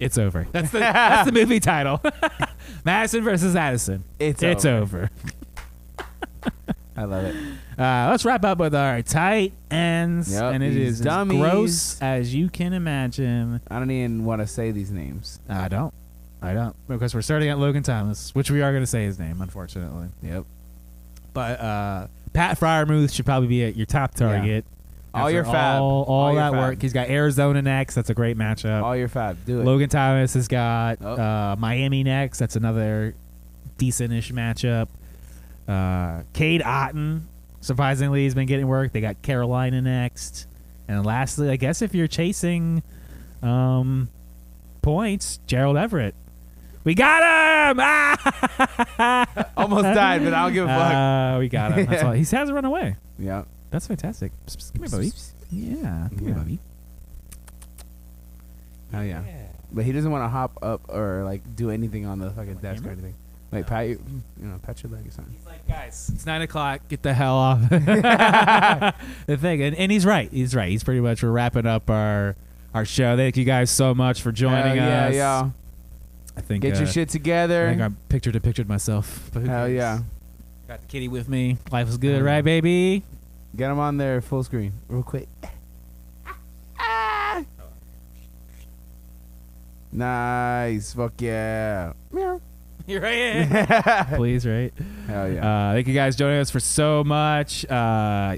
It's over. That's the, [laughs] that's the movie title. [laughs] Madison versus Addison. [laughs]
It's,
It's
over.
over.
I love it.
Uh, let's wrap up with our tight ends,
Yep,
and it
these
is as
dummies.
gross as you can imagine.
I don't even want to say these names.
I don't. I don't because we're starting at Logan Thomas, which we are going to say his name, unfortunately.
Yep.
But uh, Pat Fryermuth should probably be at your top target.
All
After
your fab.
all, all,
All your
that
fab.
work. He's got Arizona next. That's a great matchup.
All your fab. Do it.
Oh. Logan Thomas has got
Oh.
uh, Miami next. That's another decent-ish matchup. Uh, Cade Otten, surprisingly, has been getting work. They got Carolina next, and lastly, I guess if you're chasing um, points, Gerald Everett. We got him!
[laughs]
Ah!
[laughs] Almost died, but I don't give a fuck.
Uh, we got him.
[laughs]
That's all. He hasn't run away.
yep.
That's fantastic. Psst, psst, Come here,
[laughs]
Bobby. Yeah, come
Yeah.
here, Bobby.
Oh yeah. But he doesn't want to hop up or like do anything on the fucking desk or
camera?
anything. Like pat your, you know, pat your leg or something.
He's like, guys, it's nine o'clock. Get the hell off [laughs] the thing. And, and he's right. He's right. He's pretty much we're wrapping up our our show. Thank you guys so much for joining
Hell
us.
Yeah, y'all.
I think
Get
uh,
your shit
I think
together.
I'm picture to pictured myself. But who
Hell
cares?
yeah.
Got the kitty with me. Life is good,
Mm.
right, baby? [laughs]
Get them on there full screen real quick. [laughs] Nice. Fuck yeah. [laughs] Meow.
You're right.
[laughs]
here. Please, right?
Hell yeah.
Uh, thank you guys joining us for so much. Uh,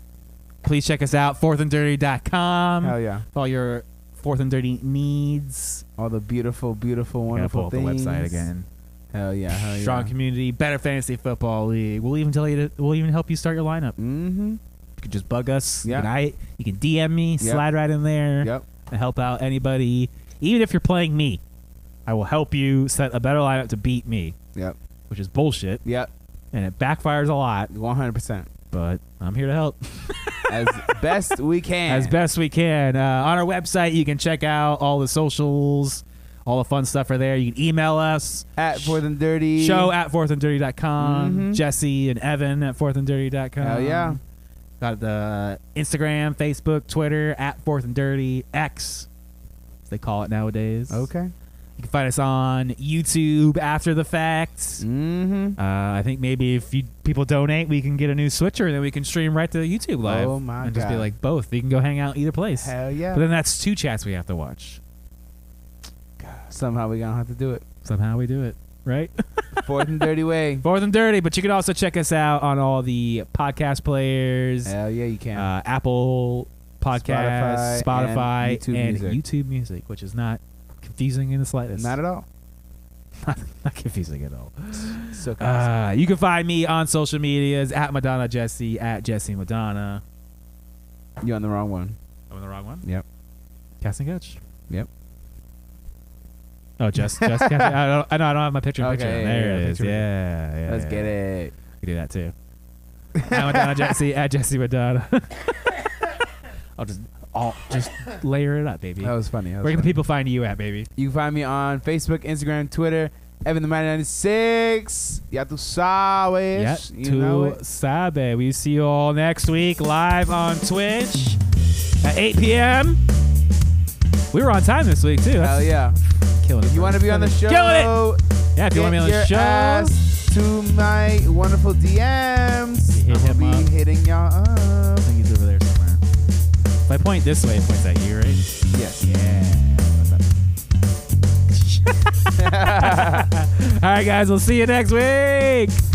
please check us out, fourthanddirty.com.
Hell yeah.
All your fourth and dirty needs.
All the beautiful, beautiful,
Gotta pull
wonderful
up the
things.
website again.
Hell yeah. Hell yeah.
Strong community, better fantasy football league. We'll even tell you. To, we'll even help you start your lineup.
Mm-hmm.
You can just bug us.
Yeah.
You can, I, you can DM me, slide right in there,
Yep.
and help out anybody. Even if you're playing me, I will help you set a better lineup to beat me,
Yep.
which is bullshit,
Yep.
and it backfires a lot.
One hundred percent.
But I'm here to help. [laughs]
As best we can.
as best we can. Uh, on our website, you can check out all the socials, all the fun stuff are there. You can email us
at for the dirty
show at fourthanddirty.com,
Mhm.
Jesse and Evan at um, fourthanddirty.com.
Hell yeah.
Got the uh, Instagram, Facebook, Twitter at fourthanddirty, X, as they call it nowadays.
Okay.
You can find us on YouTube after the fact.
Mm-hmm.
Uh, I think maybe if you people donate, we can get a new switcher and then we can stream right to YouTube live.
Oh my
and just be
God.
like both. You can go hang out either place.
Hell yeah.
But then that's two chats we have to watch.
Somehow we gonna have to do it.
Somehow we do it,
[laughs]
right?
Fourth and dirty
[laughs]
way.
More than dirty, but you can also check us out on all the podcast players,
Hell yeah, you can.
uh, Apple Podcasts,
Spotify
Spotify,
and YouTube
and,
Music.
YouTube Music, which is not confusing in the slightest.
Not at all.
[laughs] not confusing at all.
So good.
Uh, you can find me on social medias at Madonna Jesse at Jesse Madonna.
you on the wrong one.
I'm on the wrong one.
Yep.
Casting Couch.
Yep.
Oh, just just Casting- I don't I, know, I don't have my picture. in
Okay,
picture.
yeah,
there
yeah,
it is.
picture in picture.
Yeah, yeah.
Let's
yeah.
get it.
We do that too. I'm Madonna Jesse at Jesse Madonna. [laughs] I'll just all just layer it up, baby.
That was funny. That was
Where can the
funny.
people find you at, baby?
You can find me on Facebook, Instagram, Twitter, Evan the Man 96. Ya tu sabes.
Yeah,
you know
to
it.
Sabe. We see you all next week live on Twitch at 8 p.m. We were on time this week too.
Hell
That's
yeah.
killing it.
If you want to be on the show,
Killing yeah, if you
get
want to be on
your
the show,
ass to my wonderful DMs.
Hit
I'm
him
gonna
up.
be hitting y'all up.
I think he's over there somewhere. If I point this way, it points at you, right?
Yes. [laughs]
[laughs] Yeah. all right, guys. We'll see you next week.